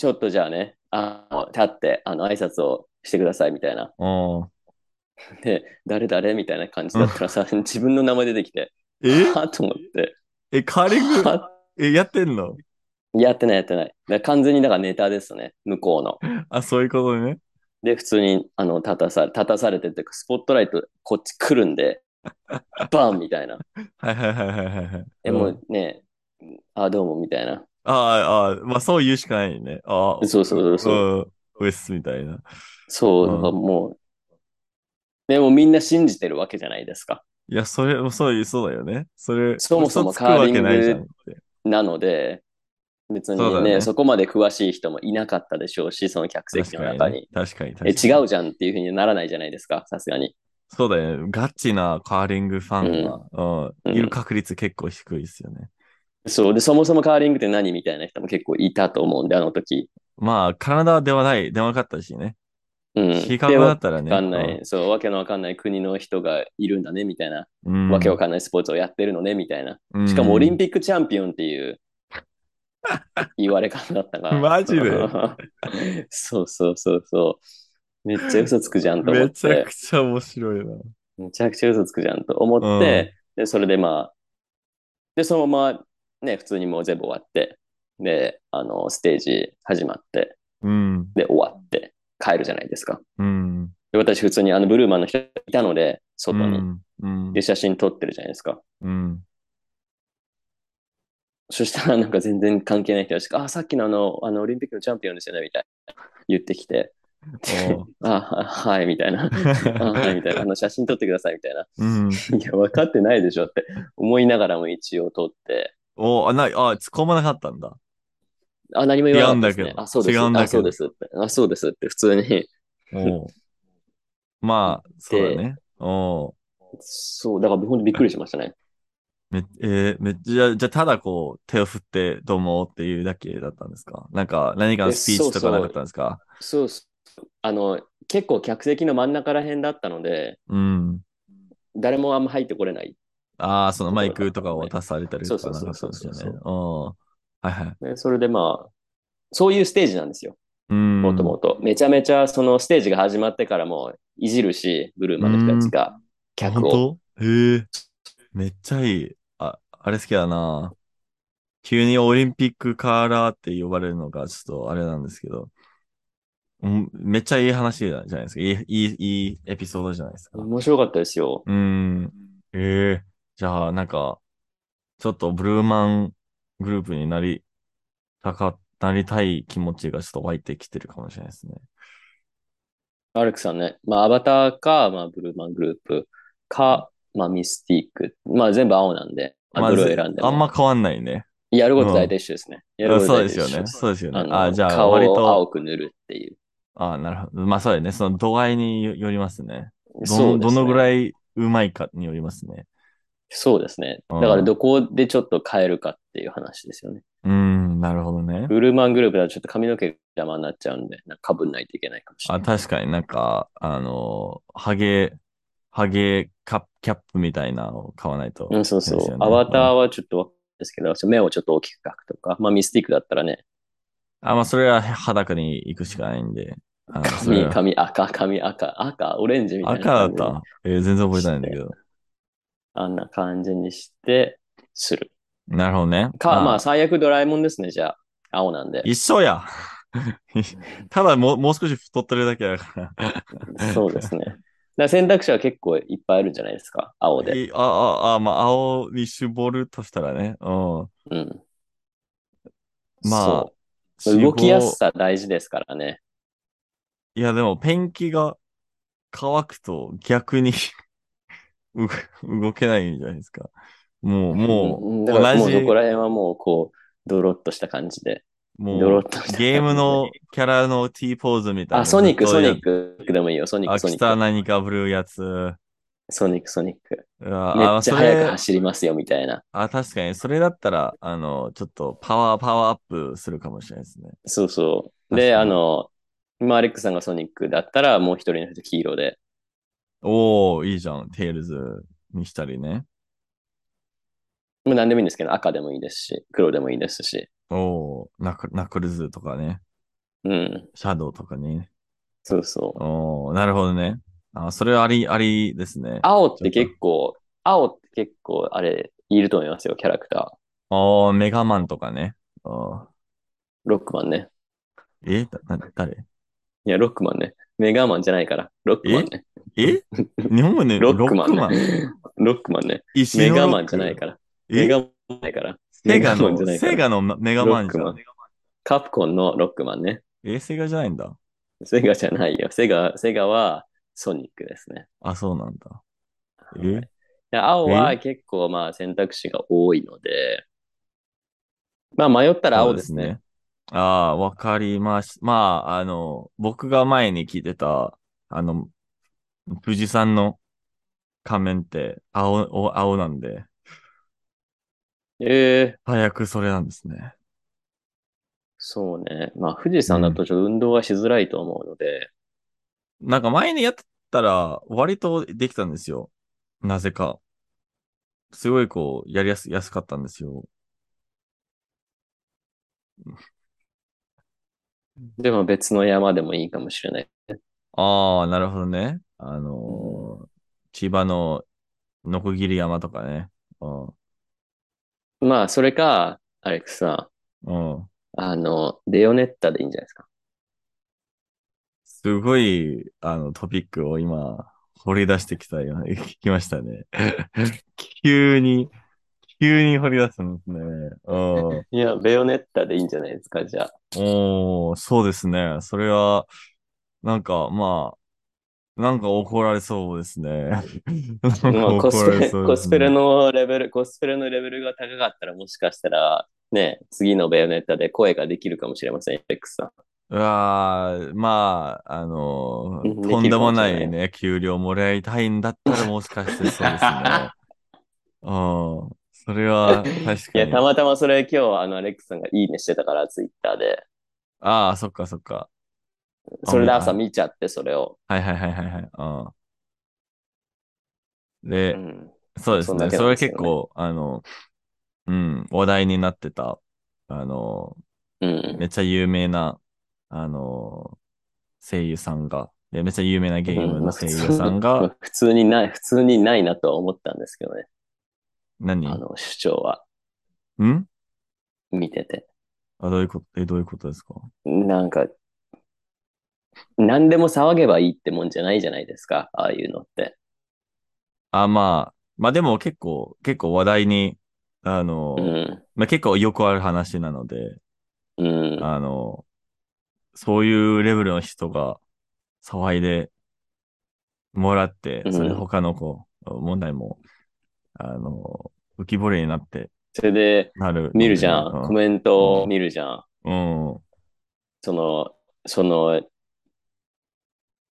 [SPEAKER 2] ちょっとじゃあね、あの立って、あの、挨拶をしてくださいみたいな。
[SPEAKER 1] うん
[SPEAKER 2] で、誰誰みたいな感じだったらさ、自分の名前出てきて、
[SPEAKER 1] え
[SPEAKER 2] はぁと思って、
[SPEAKER 1] え、カーリング、
[SPEAKER 2] はぁ
[SPEAKER 1] え、やってんの
[SPEAKER 2] やってない、やってない。だから完全にだからネタですね、向こうの。
[SPEAKER 1] あ、そういうことね。
[SPEAKER 2] で、普通にあの立たさ立たされてっていうか、スポットライトこっち来る んで、バンみたいな。
[SPEAKER 1] はいはいはいはいはいはい。
[SPEAKER 2] え、もうね、あ、どうもみたいな。
[SPEAKER 1] あーあー、まあそう言うしかないね。ああ、
[SPEAKER 2] そうそうそう。
[SPEAKER 1] うん。ウエスみたいな。
[SPEAKER 2] そう、
[SPEAKER 1] うん
[SPEAKER 2] だからもう、でもみんな信じてるわけじゃないですか。
[SPEAKER 1] いや、それ、そういう、そうだよね。それ、
[SPEAKER 2] そもそも
[SPEAKER 1] 嘘つくわけないじゃん
[SPEAKER 2] カーリング
[SPEAKER 1] って
[SPEAKER 2] なので、別に
[SPEAKER 1] そうだ
[SPEAKER 2] ね、
[SPEAKER 1] よ
[SPEAKER 2] そ
[SPEAKER 1] ね
[SPEAKER 2] こまで詳しい人もいなかったでしょうし、その客席の中に。
[SPEAKER 1] 確かにね、確か
[SPEAKER 2] え、
[SPEAKER 1] に。確かに
[SPEAKER 2] 違うじゃんっていうふうにならないじゃないですか、さすがに。
[SPEAKER 1] そうだよね。ガチなカーリングファンが、うん
[SPEAKER 2] うん
[SPEAKER 1] いる確率結構低いですよね。
[SPEAKER 2] そう。で、そもそもカーリングって何みたいな人も結構いたと思うんで、あの時。
[SPEAKER 1] まあ、カナダではない、ではなかったしね。
[SPEAKER 2] うん。
[SPEAKER 1] シカゴだったらね。
[SPEAKER 2] わかんない、そう、わけのわかんない国の人がいるんだね、みたいな、
[SPEAKER 1] うん。
[SPEAKER 2] わけわかんないスポーツをやってるのね、みたいな。
[SPEAKER 1] うん
[SPEAKER 2] しかもオリンピックチャンピオンっていう、言われ方だったから。
[SPEAKER 1] マジで
[SPEAKER 2] そうそうそうそう。めっちゃ嘘つくじゃんと思っ
[SPEAKER 1] めちゃ
[SPEAKER 2] て
[SPEAKER 1] く。ちゃ面白いな。
[SPEAKER 2] めちゃくちゃ嘘つくじゃんと思って、で、それでまあ、で、そのまま、ね、普通にもう全部終わって、で、あの、ステージ始まって、
[SPEAKER 1] うん。
[SPEAKER 2] で、終わって、帰るじゃないですか。
[SPEAKER 1] うん。
[SPEAKER 2] で私、普通にあのブルーマンの人いたので、外に。
[SPEAKER 1] うん。
[SPEAKER 2] で、写真撮ってるじゃないですか。
[SPEAKER 1] うん。
[SPEAKER 2] そしたら、なんか全然関係ない人たちが、あ、さっきのあの、あの、オリンピックのチャンピオンですよね、みたいな。言ってきて、
[SPEAKER 1] おう
[SPEAKER 2] あ、ははい、みた いな。あ、 はい、みたいな。あの、写真撮ってください、みたいな。
[SPEAKER 1] うん。
[SPEAKER 2] いや、分かってないでしょって思いながらも一応撮って、
[SPEAKER 1] おうあ、な、あ、突っ込まなかったんだ。
[SPEAKER 2] あ、何も言わなかったです
[SPEAKER 1] 違うんだけ。
[SPEAKER 2] ね
[SPEAKER 1] ど
[SPEAKER 2] あ、そうです。
[SPEAKER 1] 違うんだけど
[SPEAKER 2] あ、そうですって。あ、そうですって、普通に。
[SPEAKER 1] おう まあ、そうだね。おう
[SPEAKER 2] そう、だから本当びっくりしましたね。
[SPEAKER 1] め、えーめっちゃ、じゃあただこう、手を振って、どうもっていうだけだったんですかなんか、何かのスピーチとかなかったんですか
[SPEAKER 2] そうそうあの、結構客席の真ん中ら辺だったので、
[SPEAKER 1] うん。
[SPEAKER 2] 誰もあんま入ってこれない。
[SPEAKER 1] ああ、そのマイクとかを渡されたりとか
[SPEAKER 2] そう
[SPEAKER 1] な
[SPEAKER 2] そ
[SPEAKER 1] か
[SPEAKER 2] う
[SPEAKER 1] った
[SPEAKER 2] そ
[SPEAKER 1] ん
[SPEAKER 2] う
[SPEAKER 1] です
[SPEAKER 2] そ
[SPEAKER 1] よ
[SPEAKER 2] う
[SPEAKER 1] ね。うん。はいはい。
[SPEAKER 2] でそれでまあ、そういうステージなんですよ、
[SPEAKER 1] うん。
[SPEAKER 2] もともと。めちゃめちゃそのステージが始まってからもいじるし、ブルーマの人たちが客を。
[SPEAKER 1] 本当へえ。めっちゃいい。あ、あれ好きだな。急にオリンピックカーラーって呼ばれるのがちょっとあれなんですけど。うんめっちゃいい話じゃないですか。いい、いい、いいエピソードじゃないですか。
[SPEAKER 2] 面白かったですよ。
[SPEAKER 1] うん。ええじゃあ、なんか、ちょっとブルーマングループになりたか、なりたい気持ちがちょっと湧いてきてるかもしれないですね。
[SPEAKER 2] アレックさんね、まあ、アバターか、まあ、ブルーマングループか、まあ、ミスティック。まあ、全部青なんで、まあ、どれを選んでも。
[SPEAKER 1] あんま変わんないね。
[SPEAKER 2] やること大体一緒ですね。やる
[SPEAKER 1] あ
[SPEAKER 2] こと
[SPEAKER 1] そう
[SPEAKER 2] 大
[SPEAKER 1] です
[SPEAKER 2] 体一緒
[SPEAKER 1] よね。そうですよね
[SPEAKER 2] あ。の
[SPEAKER 1] あ、じゃあ、
[SPEAKER 2] 顔
[SPEAKER 1] 割
[SPEAKER 2] を
[SPEAKER 1] と、
[SPEAKER 2] 青く塗るっていう。
[SPEAKER 1] あなるほど。まあ、そうだよね。その度合いによよりますね。
[SPEAKER 2] そ
[SPEAKER 1] ど
[SPEAKER 2] う
[SPEAKER 1] の、
[SPEAKER 2] です
[SPEAKER 1] ど
[SPEAKER 2] ね
[SPEAKER 1] のぐらいうまいかによりますね。
[SPEAKER 2] そうですね。
[SPEAKER 1] うん
[SPEAKER 2] だからどこでちょっと変えるかっていう話ですよね。
[SPEAKER 1] うん、なるほどね。
[SPEAKER 2] ブルーマングループだとちょっと髪の毛が邪魔になっちゃうんで、なんかぶんないといけないかもしれ
[SPEAKER 1] あ、
[SPEAKER 2] ない。
[SPEAKER 1] 確かになんか、あの、ハゲ、ハゲカップキャップみたいなのを買わないと。
[SPEAKER 2] うん、そうそ
[SPEAKER 1] ですよ
[SPEAKER 2] う。
[SPEAKER 1] ね
[SPEAKER 2] アバターはちょっとですけど、目をちょっと大きく描くとか、まあミスティックだったらね、
[SPEAKER 1] あ、まあ、それは裸に行くしかないんで。あのそれ
[SPEAKER 2] 髪、
[SPEAKER 1] は
[SPEAKER 2] 髪赤、髪赤、赤、オレンジみたいな
[SPEAKER 1] 赤だ
[SPEAKER 2] 感
[SPEAKER 1] っ
[SPEAKER 2] じに。
[SPEAKER 1] た。えー全然覚えてないんだけど。
[SPEAKER 2] あんな感じにして、する。
[SPEAKER 1] なるほどね。
[SPEAKER 2] か、まあ
[SPEAKER 1] あ、
[SPEAKER 2] 最悪ドラえもんですね、じゃあ。青なんで。
[SPEAKER 1] 一緒 や。ただもう、もう少し太ってるだけやから。
[SPEAKER 2] そうですね。だから選択肢は結構いっぱいあるんじゃないですか、青で。
[SPEAKER 1] いあ、あ、あ、まあ、青に絞るとしたらね。うん。
[SPEAKER 2] うん。
[SPEAKER 1] まあ
[SPEAKER 2] そう動きやすさ大事ですからね。
[SPEAKER 1] いや、でも、ペンキが乾くと逆に う動けないんじゃないですか。もう、も
[SPEAKER 2] うん
[SPEAKER 1] う、
[SPEAKER 2] だからも
[SPEAKER 1] 同
[SPEAKER 2] う
[SPEAKER 1] じ
[SPEAKER 2] そこら辺はもうこう、ドロッとした感じで。
[SPEAKER 1] も
[SPEAKER 2] ドロッ
[SPEAKER 1] う、
[SPEAKER 2] とした感じで
[SPEAKER 1] ゲームの。キャラの T ポーズみたいな。
[SPEAKER 2] あ、ソニッ
[SPEAKER 1] ず
[SPEAKER 2] ク、
[SPEAKER 1] っと
[SPEAKER 2] ソニ
[SPEAKER 1] やっ
[SPEAKER 2] ックでもいいよ。ソニック、
[SPEAKER 1] あ、
[SPEAKER 2] ソニ
[SPEAKER 1] 来
[SPEAKER 2] ック
[SPEAKER 1] た。何かぶるやつ。う
[SPEAKER 2] ソニック、ソニック。
[SPEAKER 1] わ
[SPEAKER 2] め
[SPEAKER 1] あ、
[SPEAKER 2] っち
[SPEAKER 1] そ
[SPEAKER 2] ゃ速く
[SPEAKER 1] れ、
[SPEAKER 2] 走りますよ、みたいな。
[SPEAKER 1] あ、確かに、それだったら、あの、ちょっとパワー、パワーアップするかもしれないですね。
[SPEAKER 2] そうそう。
[SPEAKER 1] 確
[SPEAKER 2] で、
[SPEAKER 1] か
[SPEAKER 2] あ
[SPEAKER 1] に
[SPEAKER 2] の、今、アレックさんがソニックだったら、もう一人の人黄色で。
[SPEAKER 1] おー、いいじゃん。テイルズにしたりね。
[SPEAKER 2] まあ何でもいいんですけど、赤でもいいですし、黒でもいいですし。
[SPEAKER 1] おー、ナクナクルズとかね。
[SPEAKER 2] うん。
[SPEAKER 1] シャドウとかね。
[SPEAKER 2] そうそう。
[SPEAKER 1] おー、なるほどね。あ、それあり、ありですね。
[SPEAKER 2] 青って結構、青って結構、あれ、いると思いますよ、キャラクタ
[SPEAKER 1] おー、メガマンとかね。おー
[SPEAKER 2] ー。ロックマンね。
[SPEAKER 1] えだな誰
[SPEAKER 2] いや、ロックマンね。メガマンじゃないから、ロックマンね。
[SPEAKER 1] え日本語ね、
[SPEAKER 2] ロックマン
[SPEAKER 1] ロック
[SPEAKER 2] ね
[SPEAKER 1] マン。
[SPEAKER 2] ロックマンね。
[SPEAKER 1] 石
[SPEAKER 2] メ
[SPEAKER 1] のロッ
[SPEAKER 2] ガ
[SPEAKER 1] ク
[SPEAKER 2] マンじゃないから。
[SPEAKER 1] え
[SPEAKER 2] メガマンじゃないから。
[SPEAKER 1] セガ
[SPEAKER 2] メガマンじゃな
[SPEAKER 1] の、
[SPEAKER 2] いから
[SPEAKER 1] セガのメガマンじゃ
[SPEAKER 2] ロッ
[SPEAKER 1] ん
[SPEAKER 2] ク。カプコンのロックマンね。
[SPEAKER 1] え、セガじゃないんだ。
[SPEAKER 2] セガじゃないよ。セガ、セガはソニックですね。
[SPEAKER 1] あ、そうなんだ。
[SPEAKER 2] は
[SPEAKER 1] え
[SPEAKER 2] いで青は
[SPEAKER 1] え
[SPEAKER 2] 結構まあ選択肢が多いので、まあ迷ったら青です
[SPEAKER 1] そう
[SPEAKER 2] ね。。
[SPEAKER 1] ああ、わかりましまあ、あの、僕が前に聞いてた、あの、富士山の仮面って青、お青なんで、
[SPEAKER 2] ええ
[SPEAKER 1] 早くそれなんですね。
[SPEAKER 2] そうね。まあ富士山だとちょっと運動はしづらいと思うので、
[SPEAKER 1] なんか前にやってたら、割とできたんですよ。なぜか。すごいこう、やりやす、やすかったんですよ。
[SPEAKER 2] でも別の山でもいいかもしれない。
[SPEAKER 1] ああ、なるほどね。あのー千葉ののこぎり山とかね。うん。
[SPEAKER 2] まあそれか、アレックスさ
[SPEAKER 1] うん。
[SPEAKER 2] ん、あの、レオネッタでいいんじゃないですか。
[SPEAKER 1] すごい、あの、トピックを今、掘り出してきたよ、 聞きましたね。 急に、急に掘り出すんですね。うん。
[SPEAKER 2] いや、レオネッタでいいんじゃないですか、じゃあ。
[SPEAKER 1] おー、そうですね。それは、なんか、まあ、なんか怒られそうですね。 なん
[SPEAKER 2] ま
[SPEAKER 1] か
[SPEAKER 2] あ、コス
[SPEAKER 1] 怒
[SPEAKER 2] プ
[SPEAKER 1] られ
[SPEAKER 2] レ、
[SPEAKER 1] そう
[SPEAKER 2] コ
[SPEAKER 1] で
[SPEAKER 2] ス
[SPEAKER 1] す
[SPEAKER 2] プレ
[SPEAKER 1] ね。
[SPEAKER 2] のレベル、コスプレのレベルが高かったら、もしかしたら、ね、次のベヨネッタで声ができるかもしれません、エックスさん。
[SPEAKER 1] うわー、まあ、あの
[SPEAKER 2] うん
[SPEAKER 1] とんでもな
[SPEAKER 2] できるかもしれ
[SPEAKER 1] い
[SPEAKER 2] な
[SPEAKER 1] ね、給料もらいたいんだったらもしかしてそうですね。うん。それは確かに。
[SPEAKER 2] いや、たまたまそれ今日、あの、アレックスさんがいいねしてたから、ツイッターで。
[SPEAKER 1] ああ、そっかそっか。
[SPEAKER 2] それで朝見ちゃって、それを。
[SPEAKER 1] はいはいはいはいはい。うん、
[SPEAKER 2] う
[SPEAKER 1] で、
[SPEAKER 2] ん。
[SPEAKER 1] そうです
[SPEAKER 2] そんだ
[SPEAKER 1] ね。
[SPEAKER 2] け
[SPEAKER 1] そ
[SPEAKER 2] な
[SPEAKER 1] れは
[SPEAKER 2] んですよね
[SPEAKER 1] 結構、あの、うん、話題になってた、あの、
[SPEAKER 2] うん。
[SPEAKER 1] めっちゃ有名な、あの、声優さんが、でめっちゃ有名なゲームの声優さん
[SPEAKER 2] ま
[SPEAKER 1] が
[SPEAKER 2] あ、普通にない、普通にないなとは思ったんですけどね。
[SPEAKER 1] 何
[SPEAKER 2] あの、主張は
[SPEAKER 1] ん
[SPEAKER 2] 見てて。
[SPEAKER 1] あ、どういうこと、え、どういうことですか
[SPEAKER 2] なんか、何でも騒げばいいってもんじゃないじゃないですか。ああいうのって。
[SPEAKER 1] あ、まあ、まあでも結構、結構話題に、あの、
[SPEAKER 2] うん。
[SPEAKER 1] まあ結構よくある話なので、
[SPEAKER 2] うん。
[SPEAKER 1] あの、そういうレベルの人が騒いでもらって
[SPEAKER 2] う、ん
[SPEAKER 1] それで他のこう、問題も、あの、浮き彫りになって、
[SPEAKER 2] それで、
[SPEAKER 1] なるので。
[SPEAKER 2] 見るじゃん。コメント
[SPEAKER 1] う
[SPEAKER 2] を
[SPEAKER 1] ん
[SPEAKER 2] 見るじゃん。
[SPEAKER 1] うん。うん。
[SPEAKER 2] その、その、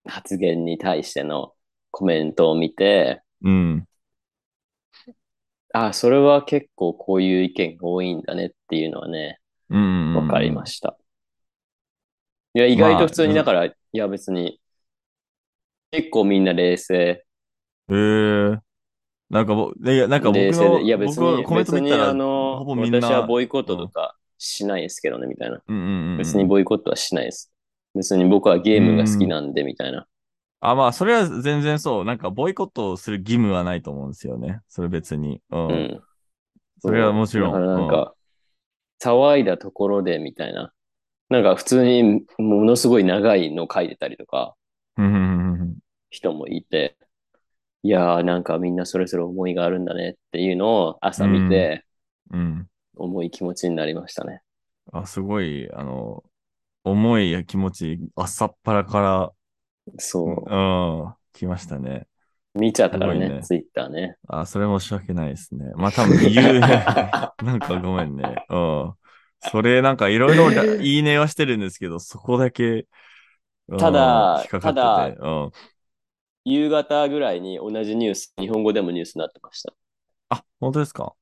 [SPEAKER 2] 発言に対してのコメントを見て、
[SPEAKER 1] うん。
[SPEAKER 2] あ、それは結構こういう意見が多いんだねっていうのはね、
[SPEAKER 1] うんうんうん。
[SPEAKER 2] わかりま
[SPEAKER 1] し
[SPEAKER 2] した。いや、意外
[SPEAKER 1] まあ
[SPEAKER 2] と普通に、だから、いや別に、結構みんな冷静。
[SPEAKER 1] た。へえなんかぼ、いや、なんか僕
[SPEAKER 2] 冷静
[SPEAKER 1] の、
[SPEAKER 2] で、いや別
[SPEAKER 1] 僕
[SPEAKER 2] に、
[SPEAKER 1] はコメント見た
[SPEAKER 2] 別
[SPEAKER 1] ら、
[SPEAKER 2] にあの、
[SPEAKER 1] ほぼみんな、
[SPEAKER 2] 私はボイコットとかしないですけどね、みたいな。
[SPEAKER 1] うんうんうん、
[SPEAKER 2] 別にボイコットはしないです。別に僕はゲームが好きなんで、みたいな。
[SPEAKER 1] あ、まあ、それは全然そう。なんか、ボイコットをする義務はないと思うんですよね。それ別に。うん。
[SPEAKER 2] うん。
[SPEAKER 1] それはもちろん
[SPEAKER 2] だからなんか、騒いだところでみたいな。なんか普通にものすごい長いの書いてたりとか、
[SPEAKER 1] うんうんうんうん
[SPEAKER 2] 人もいて、いやーなんかみんなそれぞれ思いがあるんだねっていうのを朝見て、
[SPEAKER 1] うん。
[SPEAKER 2] 重い気持ちになりましたね。
[SPEAKER 1] あ、すごい、あの、重い気持ち、朝っぱらか
[SPEAKER 2] そ
[SPEAKER 1] ら、うん、来ましたね。
[SPEAKER 2] う。見ちゃったから
[SPEAKER 1] すごい
[SPEAKER 2] ね、
[SPEAKER 1] ね
[SPEAKER 2] ツイッターね。
[SPEAKER 1] あ、それ申し訳ないですね。まあ、多分 言う、なんかごめんね。うん。それ、なんかいろいろらいいねはしてるんですけど、そこだけ、うん
[SPEAKER 2] ただ
[SPEAKER 1] 引っかかってて、うん。
[SPEAKER 2] 夕方ぐらいに同じニュース、日本語でもニュースになってました。
[SPEAKER 1] あ、本当ですか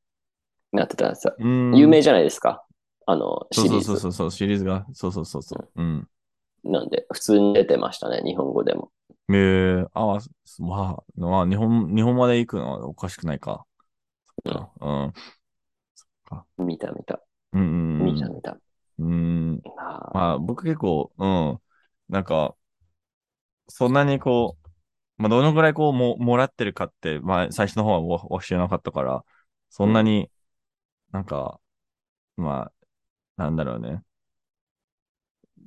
[SPEAKER 2] なってたんですよ。
[SPEAKER 1] うん。
[SPEAKER 2] 有名じゃないですか。あの、シ
[SPEAKER 1] そう
[SPEAKER 2] リ
[SPEAKER 1] そ
[SPEAKER 2] ー
[SPEAKER 1] う
[SPEAKER 2] ズ。
[SPEAKER 1] そうそうそう、シリーズが。そうそうそうそう。うん。
[SPEAKER 2] なんで、普通に出てましたね、日本語でも。
[SPEAKER 1] えー、あ、まあ、すまあ、まあ、日本、日本まで行くのはおかしくないか。そっかうん。
[SPEAKER 2] 見た見た。
[SPEAKER 1] うんうん
[SPEAKER 2] 見た見た。
[SPEAKER 1] うん。うん。
[SPEAKER 2] あー
[SPEAKER 1] まあ、僕結構、うん。なんか、そんなにこう、まあ、どのぐらいこうも、もらってるかって、まあ、最初の方はわわ知らなかったから、そんなに、なんか、まあ、なんだろうね。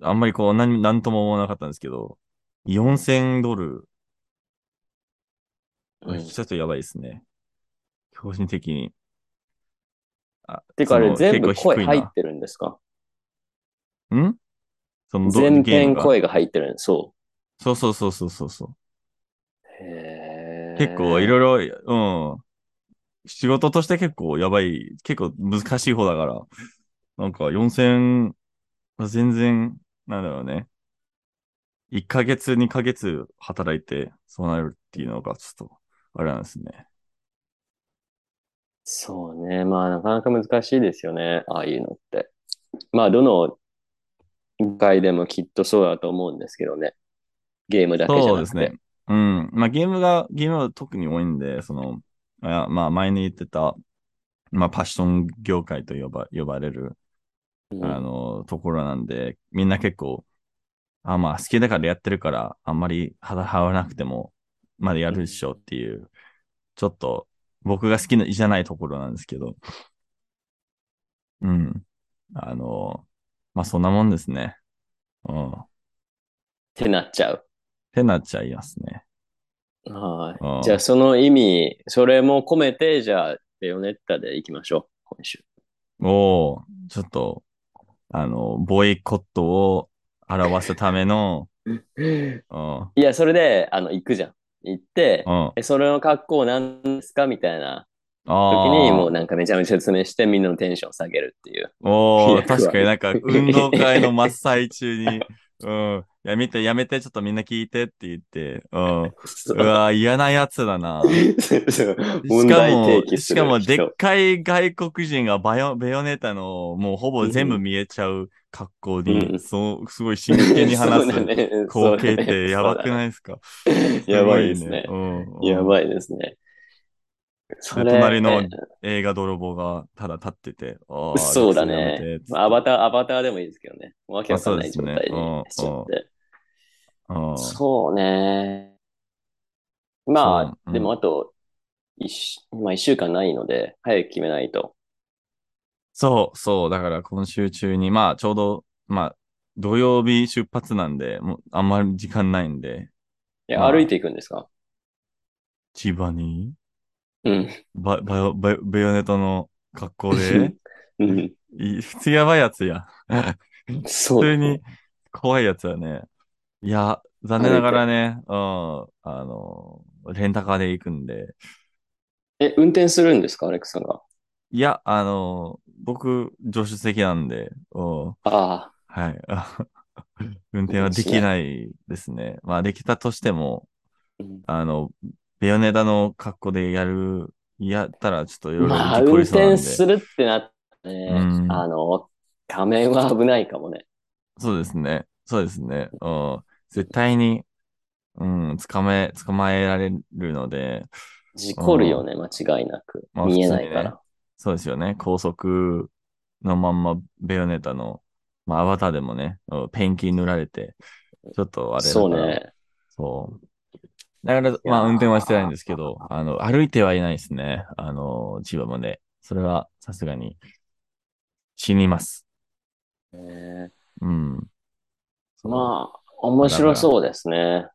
[SPEAKER 1] あんまりこう、何、なんとも思わなかったんですけど、4000ドル、
[SPEAKER 2] うん
[SPEAKER 1] ちょっとやばいですね。強心的に。あ
[SPEAKER 2] てかあ
[SPEAKER 1] そ
[SPEAKER 2] れ
[SPEAKER 1] の
[SPEAKER 2] 全部
[SPEAKER 1] 結構低
[SPEAKER 2] 声
[SPEAKER 1] いな
[SPEAKER 2] 入ってるんですか
[SPEAKER 1] んそのど
[SPEAKER 2] 全
[SPEAKER 1] ゲー
[SPEAKER 2] 編
[SPEAKER 1] ムが
[SPEAKER 2] 声が入ってるんそ。
[SPEAKER 1] そうそうそうそうそうそう
[SPEAKER 2] へー
[SPEAKER 1] 結構いろいろ、うん。仕事として結構やばい、結構難しい方だから、なんか4000、まあ全然、なんだろうね。1ヶ月、2ヶ月働いて、そうなるっていうのがちょっと、あれなんですね。
[SPEAKER 2] そうね。まあなかなか難しいですよね。ああいうのって。まあどの業界でもきっとそうだと思うんですけどね。ゲームだけじゃ
[SPEAKER 1] そう
[SPEAKER 2] な
[SPEAKER 1] で
[SPEAKER 2] く
[SPEAKER 1] す
[SPEAKER 2] て。
[SPEAKER 1] ね。うん。まあゲームが、ゲームは特に多いんで、その、あまあ前に言ってた、まあパッション業界と呼ば呼ばれる、
[SPEAKER 2] うん
[SPEAKER 1] あの、ところなんで、みんな結構、あ、まあ好きだからやってるから、あんまり肌張らなくても、まだやるでしょっていう、ちょっと僕が好きなじゃないところなんですけど。うん。あの、まあそんなもんですね。うん。っ
[SPEAKER 2] ってなっちゃう。
[SPEAKER 1] てなっちゃいますね。
[SPEAKER 2] はい。
[SPEAKER 1] うん
[SPEAKER 2] じゃあその意味、それも込めて、じゃあ、ベヨネッタでいきましょう。今週。
[SPEAKER 1] を、ちょっと、あの、ボイコットを表すための、うん、うん、
[SPEAKER 2] いや、それで、あの、行くじゃん。行って、
[SPEAKER 1] あ
[SPEAKER 2] え、それの格好なんですかみたいな時
[SPEAKER 1] あ
[SPEAKER 2] に、も
[SPEAKER 1] ー
[SPEAKER 2] う、なんかめちゃめちゃ説明して、みんなのテンションを下げるっていう。
[SPEAKER 1] お
[SPEAKER 2] いや
[SPEAKER 1] ー、確かになんか運動会の真っ最中にうん。いや、見て、やめて、ちょっとみんな聞いてって言って。うん。うわ、嫌なやつだな。
[SPEAKER 2] そう 問
[SPEAKER 1] しか
[SPEAKER 2] 題
[SPEAKER 1] も
[SPEAKER 2] 提起、す
[SPEAKER 1] し
[SPEAKER 2] る
[SPEAKER 1] かも、で
[SPEAKER 2] 人
[SPEAKER 1] っかい外国人がバヨベヨネタの、もうほぼ全部見えちゃう格好に、
[SPEAKER 2] うん
[SPEAKER 1] そう、すごい真剣に話
[SPEAKER 2] そうだ
[SPEAKER 1] す
[SPEAKER 2] ね
[SPEAKER 1] 光景ってやばく
[SPEAKER 2] い
[SPEAKER 1] ないですか、
[SPEAKER 2] やばいですね
[SPEAKER 1] す。ごうん、
[SPEAKER 2] や
[SPEAKER 1] い。
[SPEAKER 2] ばいですね。それ
[SPEAKER 1] 隣の
[SPEAKER 2] ね
[SPEAKER 1] 映画泥棒がただ立ってて、あー
[SPEAKER 2] そうだね
[SPEAKER 1] やめてつって
[SPEAKER 2] まあアバター、アバターでもいいですけどね。わけわかんない
[SPEAKER 1] あ
[SPEAKER 2] 状
[SPEAKER 1] そうですね
[SPEAKER 2] 態にしちゃって。
[SPEAKER 1] うん
[SPEAKER 2] そうね。ま
[SPEAKER 1] う
[SPEAKER 2] あ、
[SPEAKER 1] ん
[SPEAKER 2] でもあと、一週まあ一週間ないので、早く決めないと。
[SPEAKER 1] そう、そう。だから今週中に、まあ、ちょうど、まあ、土曜日出発なんで、もうあんまり時間ないんで、
[SPEAKER 2] いや、
[SPEAKER 1] まあ
[SPEAKER 2] 歩いていくんですか
[SPEAKER 1] 千葉に、
[SPEAKER 2] うん。
[SPEAKER 1] ババヨバヨベヨネタの格好で、
[SPEAKER 2] うん。
[SPEAKER 1] い普通やばいやつや。
[SPEAKER 2] そ
[SPEAKER 1] 普
[SPEAKER 2] う。
[SPEAKER 1] 通に怖いやつやね。いや、残念ながらね、うん、あの、レンタカーで行くんで。
[SPEAKER 2] え、運転するんですかアレックスさんが。
[SPEAKER 1] いや、あの、僕、助手席なんで、うん、
[SPEAKER 2] あ
[SPEAKER 1] はい。 運転はできないですね。まあ、できたとしても、
[SPEAKER 2] あ。うん
[SPEAKER 1] あの、ベヨネダの格好でやる、やったらちょっといろいろ
[SPEAKER 2] まあ、
[SPEAKER 1] 事故
[SPEAKER 2] 運
[SPEAKER 1] りそうなん
[SPEAKER 2] 転
[SPEAKER 1] で。
[SPEAKER 2] するってなったね
[SPEAKER 1] うん。
[SPEAKER 2] あの、仮面は危ないかもね。
[SPEAKER 1] そうですね。そうですね。うん。絶対に、うん、捕まえ、捕まえられるので、
[SPEAKER 2] 事故るよね、間違いなく。
[SPEAKER 1] まあ
[SPEAKER 2] 見えないか
[SPEAKER 1] 普通に
[SPEAKER 2] ら。
[SPEAKER 1] そうですよね。高速のまんま、ベヨネタの、まあ、アバターでもね、うんペンキ塗られて、ちょっとあれだから
[SPEAKER 2] そうね。
[SPEAKER 1] そう。だから、まあ、運転はしてないんですけど、あの、歩いてはいないですね。あの、千葉まで。それは、さすがに、死にます。
[SPEAKER 2] ね
[SPEAKER 1] うん。
[SPEAKER 2] まあ、面白そうですね。
[SPEAKER 1] あ。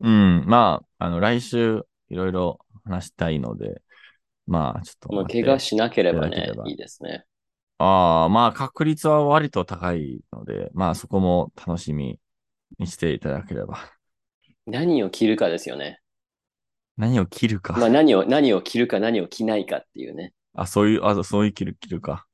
[SPEAKER 1] うん。まあ、あの、来週、いろいろ話したいので、まあ、ちょっと
[SPEAKER 2] まあ、
[SPEAKER 1] 待って。
[SPEAKER 2] 怪我しなければ
[SPEAKER 1] しなけ
[SPEAKER 2] ね
[SPEAKER 1] れ、ば
[SPEAKER 2] いいですね。
[SPEAKER 1] ああ、まあ、確率は割と高いので、まあ、そこも楽しみにしていただければ。
[SPEAKER 2] 何を着るかですよね。
[SPEAKER 1] 何を切るか。
[SPEAKER 2] まあ、何を、何を着るか何を着ないかっていうね。
[SPEAKER 1] あ、そういう、あ、そういう切る、切るか。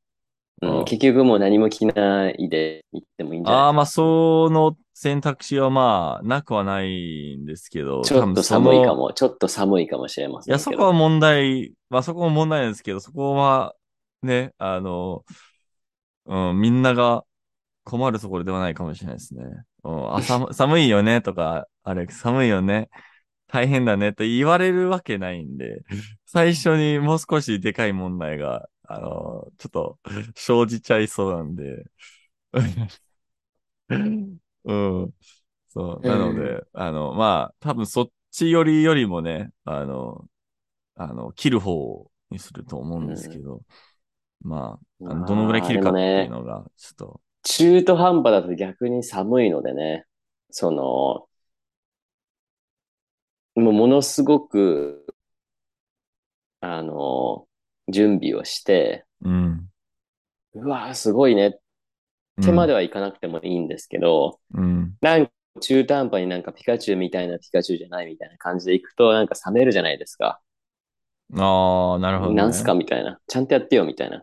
[SPEAKER 2] う
[SPEAKER 1] あ
[SPEAKER 2] ん、結局もう何も着ないで行ってもいいんじゃ
[SPEAKER 1] あ
[SPEAKER 2] な
[SPEAKER 1] あ、
[SPEAKER 2] い
[SPEAKER 1] まあ、その選択肢はまあ、なくはないんですけど、
[SPEAKER 2] ちょ
[SPEAKER 1] 多
[SPEAKER 2] っ
[SPEAKER 1] 分
[SPEAKER 2] と
[SPEAKER 1] その
[SPEAKER 2] 寒いか。も、ちょっと寒いかもしれま
[SPEAKER 1] い
[SPEAKER 2] せん
[SPEAKER 1] や、
[SPEAKER 2] けど。
[SPEAKER 1] そこは問題、まあ、そこも問題なんですけど、そこは、ね、あの、うん、みんなが困るところではないかもしれないですね。うん、あ、 寒寒いよねとか、あれ、寒いよね、大変だねって言われるわけないんで、最初にもう少しでかい問題が、あの、ちょっと生じちゃいそうなんで、 うん。そう。なので、
[SPEAKER 2] う
[SPEAKER 1] あの、まあ、多分そっちよりよりもね、あの、あの、切る方にすると思うんですけど、まあ、あのどのぐらい切るかっ
[SPEAKER 2] まあ
[SPEAKER 1] て
[SPEAKER 2] でもね
[SPEAKER 1] いうのが、ちょっと、
[SPEAKER 2] 中途半端だと逆に寒いのでね、その、もうものすごく、あの、準備をして、
[SPEAKER 1] うん。
[SPEAKER 2] うわーすごいねっ
[SPEAKER 1] うん
[SPEAKER 2] てまではいかなくてもいいんですけど、
[SPEAKER 1] うん。
[SPEAKER 2] なんか中途半端になんかピカチュウみたいなピカチュウじゃないみたいな感じでいくと、なんか冷めるじゃないですか。
[SPEAKER 1] ああ、なるほど、ね。
[SPEAKER 2] なんすかみたいな。ちゃんとやってよみたいな。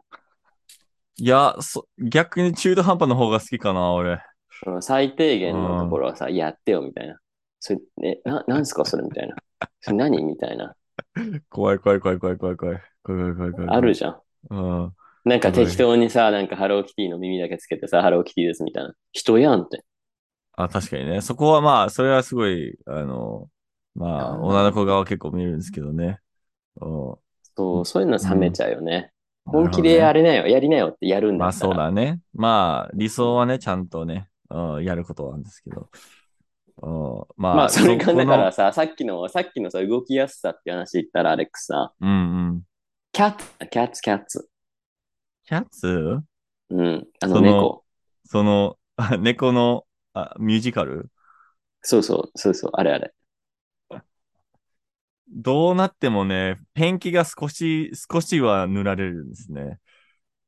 [SPEAKER 1] いや、そ、逆に中途半端の方が好きかな、俺。
[SPEAKER 2] その最低限のところはさ、やってよみたいな。それ、え、 な、なんすかそれみたいな。それ何みたいな。
[SPEAKER 1] 怖い怖い怖い怖い怖い怖い。怖い怖い怖い怖い。
[SPEAKER 2] あるじゃん。
[SPEAKER 1] うん。
[SPEAKER 2] なんか適当にさ、なんかハローキティの耳だけつけてさ、ハローキティですみたいな。人やんって。
[SPEAKER 1] あ、確かにね。そこはまあ、それはすごい、あの、まあ、
[SPEAKER 2] うん
[SPEAKER 1] 女の子側結構見るんですけどね。うん
[SPEAKER 2] そう、そういうの冷めちゃうよね。
[SPEAKER 1] なる
[SPEAKER 2] 本気
[SPEAKER 1] ほどね
[SPEAKER 2] でやれなよ、やりなよってやるん
[SPEAKER 1] ま
[SPEAKER 2] だ
[SPEAKER 1] あ
[SPEAKER 2] った
[SPEAKER 1] そう
[SPEAKER 2] ら。
[SPEAKER 1] だね。まあ理想はね、ちゃんとね、うん、やることなんですけど。うん、まあ、
[SPEAKER 2] まあ、それが
[SPEAKER 1] この
[SPEAKER 2] だからさ、さっきの、さっきのさ、動きやすさって話言ったら、アレックスさ、
[SPEAKER 1] うんうん。
[SPEAKER 2] キャッツ、キャッツ、キャッツ。
[SPEAKER 1] キャッツ
[SPEAKER 2] うん、あの
[SPEAKER 1] その
[SPEAKER 2] 猫。
[SPEAKER 1] その、 あ猫のあミュージカル
[SPEAKER 2] そうそう、そうそう、あれあれ。
[SPEAKER 1] どうなってもね、ペンキが少し、少しは塗られるんですね。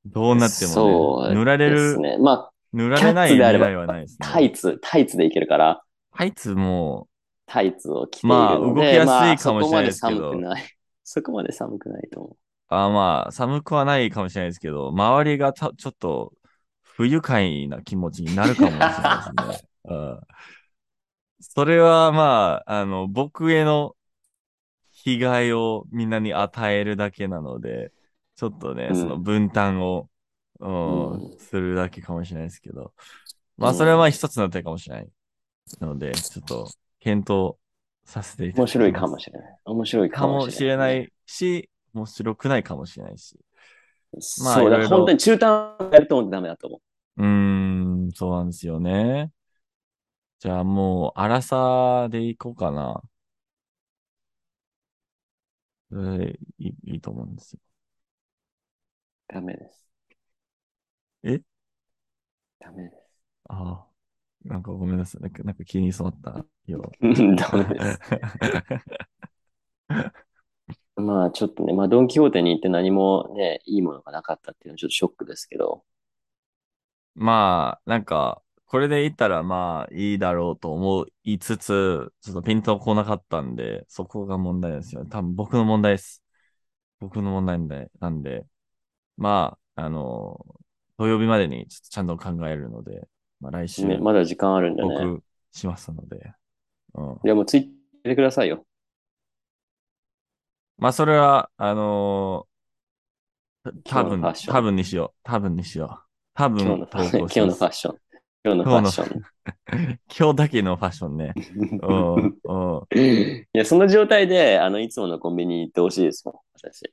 [SPEAKER 1] どうなっても
[SPEAKER 2] そ
[SPEAKER 1] ね、
[SPEAKER 2] う
[SPEAKER 1] 塗られ
[SPEAKER 2] で
[SPEAKER 1] る、
[SPEAKER 2] すね。ま
[SPEAKER 1] 塗られない
[SPEAKER 2] キャッツであれ
[SPEAKER 1] 未
[SPEAKER 2] ば
[SPEAKER 1] 来はないです
[SPEAKER 2] あ、
[SPEAKER 1] ね。
[SPEAKER 2] タイツ、タイツでいけるから、
[SPEAKER 1] タイツも、
[SPEAKER 2] タイツを着ている
[SPEAKER 1] まあ
[SPEAKER 2] の
[SPEAKER 1] 動き
[SPEAKER 2] で、
[SPEAKER 1] やすい
[SPEAKER 2] まあ
[SPEAKER 1] かもしれないですけど
[SPEAKER 2] そこまで寒くない。 そこまで寒くないと思う。
[SPEAKER 1] あまあ、寒くはないかもしれない ですけど、周りがたちょっと不愉快な気持ちになるかもしれないですね。うんそれはまあ、あの、僕への被害をみんなに与えるだけなので、ちょっとね、
[SPEAKER 2] うん
[SPEAKER 1] その分担を、うん
[SPEAKER 2] う
[SPEAKER 1] するだけかもしれないですけど、まあ、
[SPEAKER 2] うん
[SPEAKER 1] それはまあ一つの手かもしれない。ので、ちょっと検討させていただきま
[SPEAKER 2] 面
[SPEAKER 1] す。
[SPEAKER 2] 白いかもしれない。面白い
[SPEAKER 1] か
[SPEAKER 2] か
[SPEAKER 1] も
[SPEAKER 2] も
[SPEAKER 1] し
[SPEAKER 2] し
[SPEAKER 1] れ
[SPEAKER 2] れ
[SPEAKER 1] な
[SPEAKER 2] ない。
[SPEAKER 1] いし、面白くないかもしれないし。まあ
[SPEAKER 2] そう、
[SPEAKER 1] いろ
[SPEAKER 2] だ
[SPEAKER 1] いろ
[SPEAKER 2] から本当に中途半端やると思ってダメだと思う。
[SPEAKER 1] うーん、そうなんですよね。じゃあもう、荒さでいこうかな。それでいいいいと思うんですよ。
[SPEAKER 2] ダメです。
[SPEAKER 1] え
[SPEAKER 2] ダメです。
[SPEAKER 1] ああ、なんかごめんなさい。なんかなんか気に染まったよ。
[SPEAKER 2] うんダメです。 まあちょっとね、まあドン・キホーテに行って何もね、いいものがなかったっていうのはちょっとショックですけど。
[SPEAKER 1] まあ、なんか、これで言ったらまあいいだろうと思いつつ、ちょっとピンとこなかったんで、そこが問題ですよね。多分僕の問題です。僕の問題なんで、なんでまあ、あの、土曜日までにちょっとちゃんと考えるので、まあ来週
[SPEAKER 2] ね、まだ時間あるんでね。
[SPEAKER 1] 僕しますので、うん。
[SPEAKER 2] いやもうツイッター入れてくださいよ。
[SPEAKER 1] まあそれは、あのーた多
[SPEAKER 2] 今日の
[SPEAKER 1] 分
[SPEAKER 2] ファッション
[SPEAKER 1] 多分にしよう。多分にしよう。多分
[SPEAKER 2] 今日のファッショ
[SPEAKER 1] 投稿
[SPEAKER 2] ン。今
[SPEAKER 1] し
[SPEAKER 2] 日
[SPEAKER 1] ます
[SPEAKER 2] のファッション。今日のファッション。
[SPEAKER 1] 今日だけのファッションね。うん、うん。
[SPEAKER 2] いや、その状態で、あの、いつものコンビニ行ってほしいですもん、私。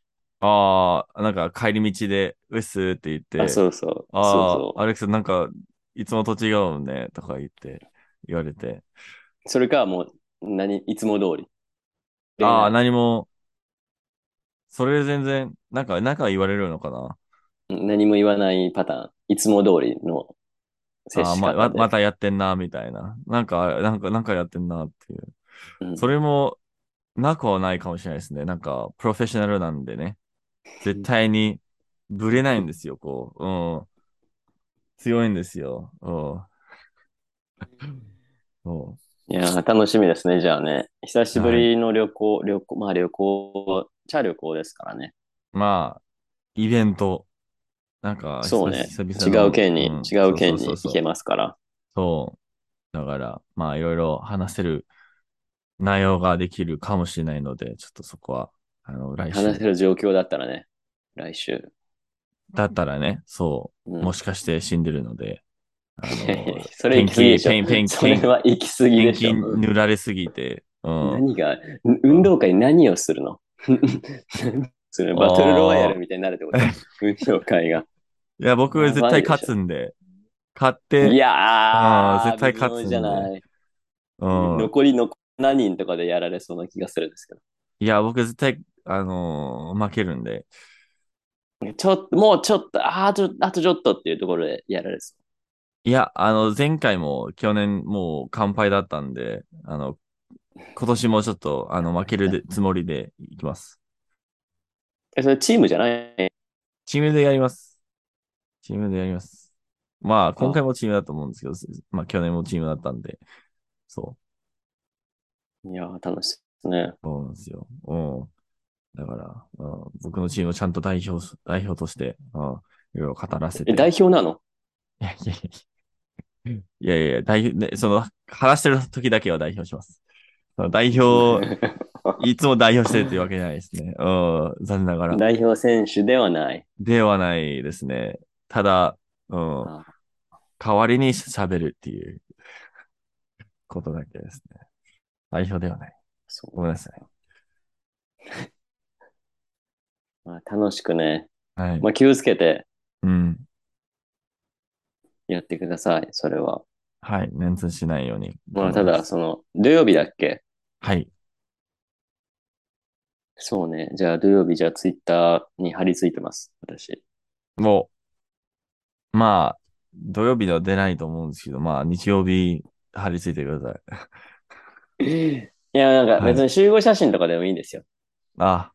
[SPEAKER 1] ああ、なんか帰り道で、うっすーって言って、
[SPEAKER 2] あ、そうそう。
[SPEAKER 1] ああ
[SPEAKER 2] そうそ
[SPEAKER 1] アレックスなんか、いつもと違うもんね、とか言って、言われて。
[SPEAKER 2] う。それか、もう、何、いつも通り。
[SPEAKER 1] ああ、
[SPEAKER 2] な
[SPEAKER 1] 何も、それ全然、なんか、なんか言われるのかな。
[SPEAKER 2] 何も言わないパターン。いつも通りの接
[SPEAKER 1] ああ、
[SPEAKER 2] し
[SPEAKER 1] ま、
[SPEAKER 2] 方
[SPEAKER 1] ま
[SPEAKER 2] で。
[SPEAKER 1] またやってんな、みたいな。なんか、なんか、なんかやってんな、っていう。
[SPEAKER 2] うん
[SPEAKER 1] それも、なくはないかもしれないですね。なんか、プロフェッショナルなんでね。絶対に、ぶれないんですよ、こう。うん。強いんですよ。うん。そ
[SPEAKER 2] いやー、楽しみですね、じゃあね。久しぶりの旅行、旅行、まあ旅行、チャ旅行ですからね。
[SPEAKER 1] う。まあ、イベント。なんか、
[SPEAKER 2] そうね。
[SPEAKER 1] 久々の
[SPEAKER 2] 違う県に、
[SPEAKER 1] ん
[SPEAKER 2] 違う県に
[SPEAKER 1] そうそうそうそう
[SPEAKER 2] 行けますから。
[SPEAKER 1] そう。だから、まあ、いろいろ話せる内容ができるかもしれないので、ちょっとそこは、あの、来
[SPEAKER 2] 話
[SPEAKER 1] 週
[SPEAKER 2] せる状況だったらね、来週。
[SPEAKER 1] だったらね、そうう、
[SPEAKER 2] ん
[SPEAKER 1] もしかして死んでるので、あの、
[SPEAKER 2] それ行き過ぎでしょ
[SPEAKER 1] ペンキペンキ
[SPEAKER 2] それは行き過ぎ
[SPEAKER 1] ペ
[SPEAKER 2] で
[SPEAKER 1] ン
[SPEAKER 2] し
[SPEAKER 1] キ
[SPEAKER 2] ょ。
[SPEAKER 1] 塗られすぎて、うん。
[SPEAKER 2] 何が、運動会何をするの それバトルロワイヤルみたいになるってこと運動会が。
[SPEAKER 1] いや、僕
[SPEAKER 2] やばいでし
[SPEAKER 1] 絶
[SPEAKER 2] ょ
[SPEAKER 1] 対勝つんで、勝っ
[SPEAKER 2] い
[SPEAKER 1] て、
[SPEAKER 2] や
[SPEAKER 1] あー
[SPEAKER 2] ー、
[SPEAKER 1] 絶対勝つんで
[SPEAKER 2] 微妙じゃない。
[SPEAKER 1] うん。
[SPEAKER 2] 残りの何人とかでやられそうな気がするんですけど。
[SPEAKER 1] いや、僕絶対、あのー負けるんで、
[SPEAKER 2] ちょっと、もうちょっと、あーちょあとちょっとっていうところでやられそ
[SPEAKER 1] いや、あの、前回も去年もう完敗だったんで、あの、今年もちょっと、あの、負けるでつもりでいきます。
[SPEAKER 2] う。えそれチームじゃない
[SPEAKER 1] チームでやります。チームでやります。まあ、今回もチームだと思うんですけど、まあ、去年もチームだったんで、そ
[SPEAKER 2] いやー、楽しいですね。
[SPEAKER 1] う、そうなんですよ。うん。だから、うん、僕のチームをちゃんと代表す、代表として、うん、いろいろ語らせて。
[SPEAKER 2] え、代表なの
[SPEAKER 1] いやいやいやいやいや、代表、ね、その、話してる時だけは代表します。その代表、いつも代表してるというわけじゃないですね。うん、残念ながら。
[SPEAKER 2] 代表選手ではない。
[SPEAKER 1] ではないですね。ただ、うん、
[SPEAKER 2] あ
[SPEAKER 1] 代わりに喋るっていうことだけですね。代表ではない。
[SPEAKER 2] そ
[SPEAKER 1] ごめんなさい。
[SPEAKER 2] うまあ、楽しくね、
[SPEAKER 1] はい。
[SPEAKER 2] まあ、気をつけて
[SPEAKER 1] うん。
[SPEAKER 2] やってください、それは。
[SPEAKER 1] はい。メンツしないように。
[SPEAKER 2] まあ、ただ、、その、土曜日だっけ
[SPEAKER 1] はい。
[SPEAKER 2] そうね。じゃあ、土曜日、じゃあ、ツイッターに貼り付いてます、私。
[SPEAKER 1] もう、まあ、土曜日では出ないと思うんですけど、まあ、日曜日、張り付いてください。
[SPEAKER 2] いや、なんか別に集合写真とかでもいいんですよ。
[SPEAKER 1] あ、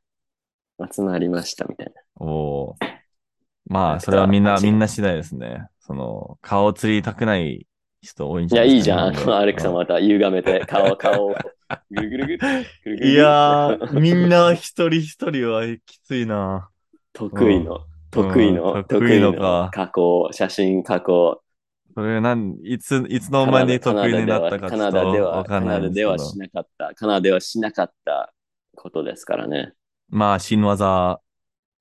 [SPEAKER 2] 集まりました、みたいな。
[SPEAKER 1] おーま
[SPEAKER 2] な
[SPEAKER 1] あ、
[SPEAKER 2] んか
[SPEAKER 1] それはみんな、
[SPEAKER 2] 違う
[SPEAKER 1] みんな次第ですね。その、顔を釣りたくない人多いん
[SPEAKER 2] い
[SPEAKER 1] じゃ
[SPEAKER 2] や、
[SPEAKER 1] ない
[SPEAKER 2] い
[SPEAKER 1] で
[SPEAKER 2] い
[SPEAKER 1] す
[SPEAKER 2] じ
[SPEAKER 1] か
[SPEAKER 2] ゃ
[SPEAKER 1] ね
[SPEAKER 2] ん。アレックさんまた歪めて、顔、顔を、ぐるぐるぐる、ぐるぐるぐる
[SPEAKER 1] いやー、みんな一人一人はきついな。
[SPEAKER 2] 得意の、得意
[SPEAKER 1] う
[SPEAKER 2] の、
[SPEAKER 1] ん得意のか
[SPEAKER 2] 加工、写真加工、
[SPEAKER 1] それなん、いつ、いつの間に得意になったかち
[SPEAKER 2] カ
[SPEAKER 1] ょ
[SPEAKER 2] ナ
[SPEAKER 1] っと
[SPEAKER 2] ダで
[SPEAKER 1] わ
[SPEAKER 2] は、
[SPEAKER 1] か
[SPEAKER 2] カ
[SPEAKER 1] んな
[SPEAKER 2] ナ
[SPEAKER 1] い
[SPEAKER 2] ダ
[SPEAKER 1] んですけ
[SPEAKER 2] で
[SPEAKER 1] ど。
[SPEAKER 2] はしなかった、カナダではしなかったことですからね。
[SPEAKER 1] まあ、新技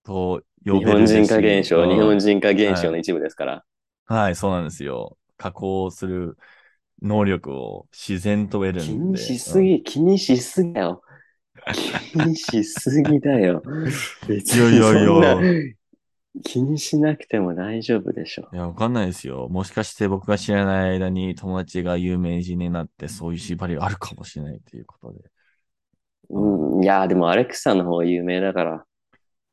[SPEAKER 1] と呼
[SPEAKER 2] 日
[SPEAKER 1] べ
[SPEAKER 2] 本
[SPEAKER 1] る
[SPEAKER 2] 人化現象、
[SPEAKER 1] うん
[SPEAKER 2] 日本人化現象の一部ですから。
[SPEAKER 1] はい、そうなんですよ。加工する能力を自然と得るんで。
[SPEAKER 2] 気にしすぎ、気にしすぎだよ。気にしす ぎだよ。別
[SPEAKER 1] いやいやいや
[SPEAKER 2] そんな気にしなくても大丈夫でしょ
[SPEAKER 1] うん。いや、わかんないですよ。もしかして僕が知らない間に友達が有名人になって、そういう縛りがあるかもしれないということで。
[SPEAKER 2] う。うん、いや、でもアレクサの方が有名だから、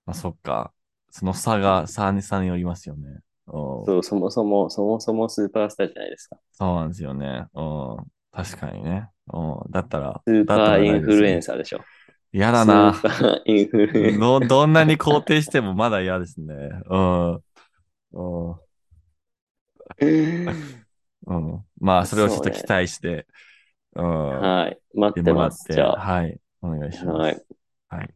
[SPEAKER 1] まあ、そっか。その差が、差に差によりますよね。うん
[SPEAKER 2] そうそもそも、そもそもスーパースターじゃないですか。
[SPEAKER 1] そうなんですよね。うん。確かにね。うん。だったら、
[SPEAKER 2] スーパ
[SPEAKER 1] だったら
[SPEAKER 2] ーインフルエン
[SPEAKER 1] ス。
[SPEAKER 2] サーでしょ。
[SPEAKER 1] 嫌だな
[SPEAKER 2] スー。パーインフ ルエンサー。
[SPEAKER 1] ど、どんなに肯定してもまだ嫌ですね。うん。うん。 うん。まあ、それをちょっと期待して、うん。
[SPEAKER 2] はい。
[SPEAKER 1] や
[SPEAKER 2] 待っ
[SPEAKER 1] って
[SPEAKER 2] て
[SPEAKER 1] もらっ
[SPEAKER 2] ます。
[SPEAKER 1] て、
[SPEAKER 2] じゃあ。
[SPEAKER 1] はい。お願いします。
[SPEAKER 2] はい。
[SPEAKER 1] はい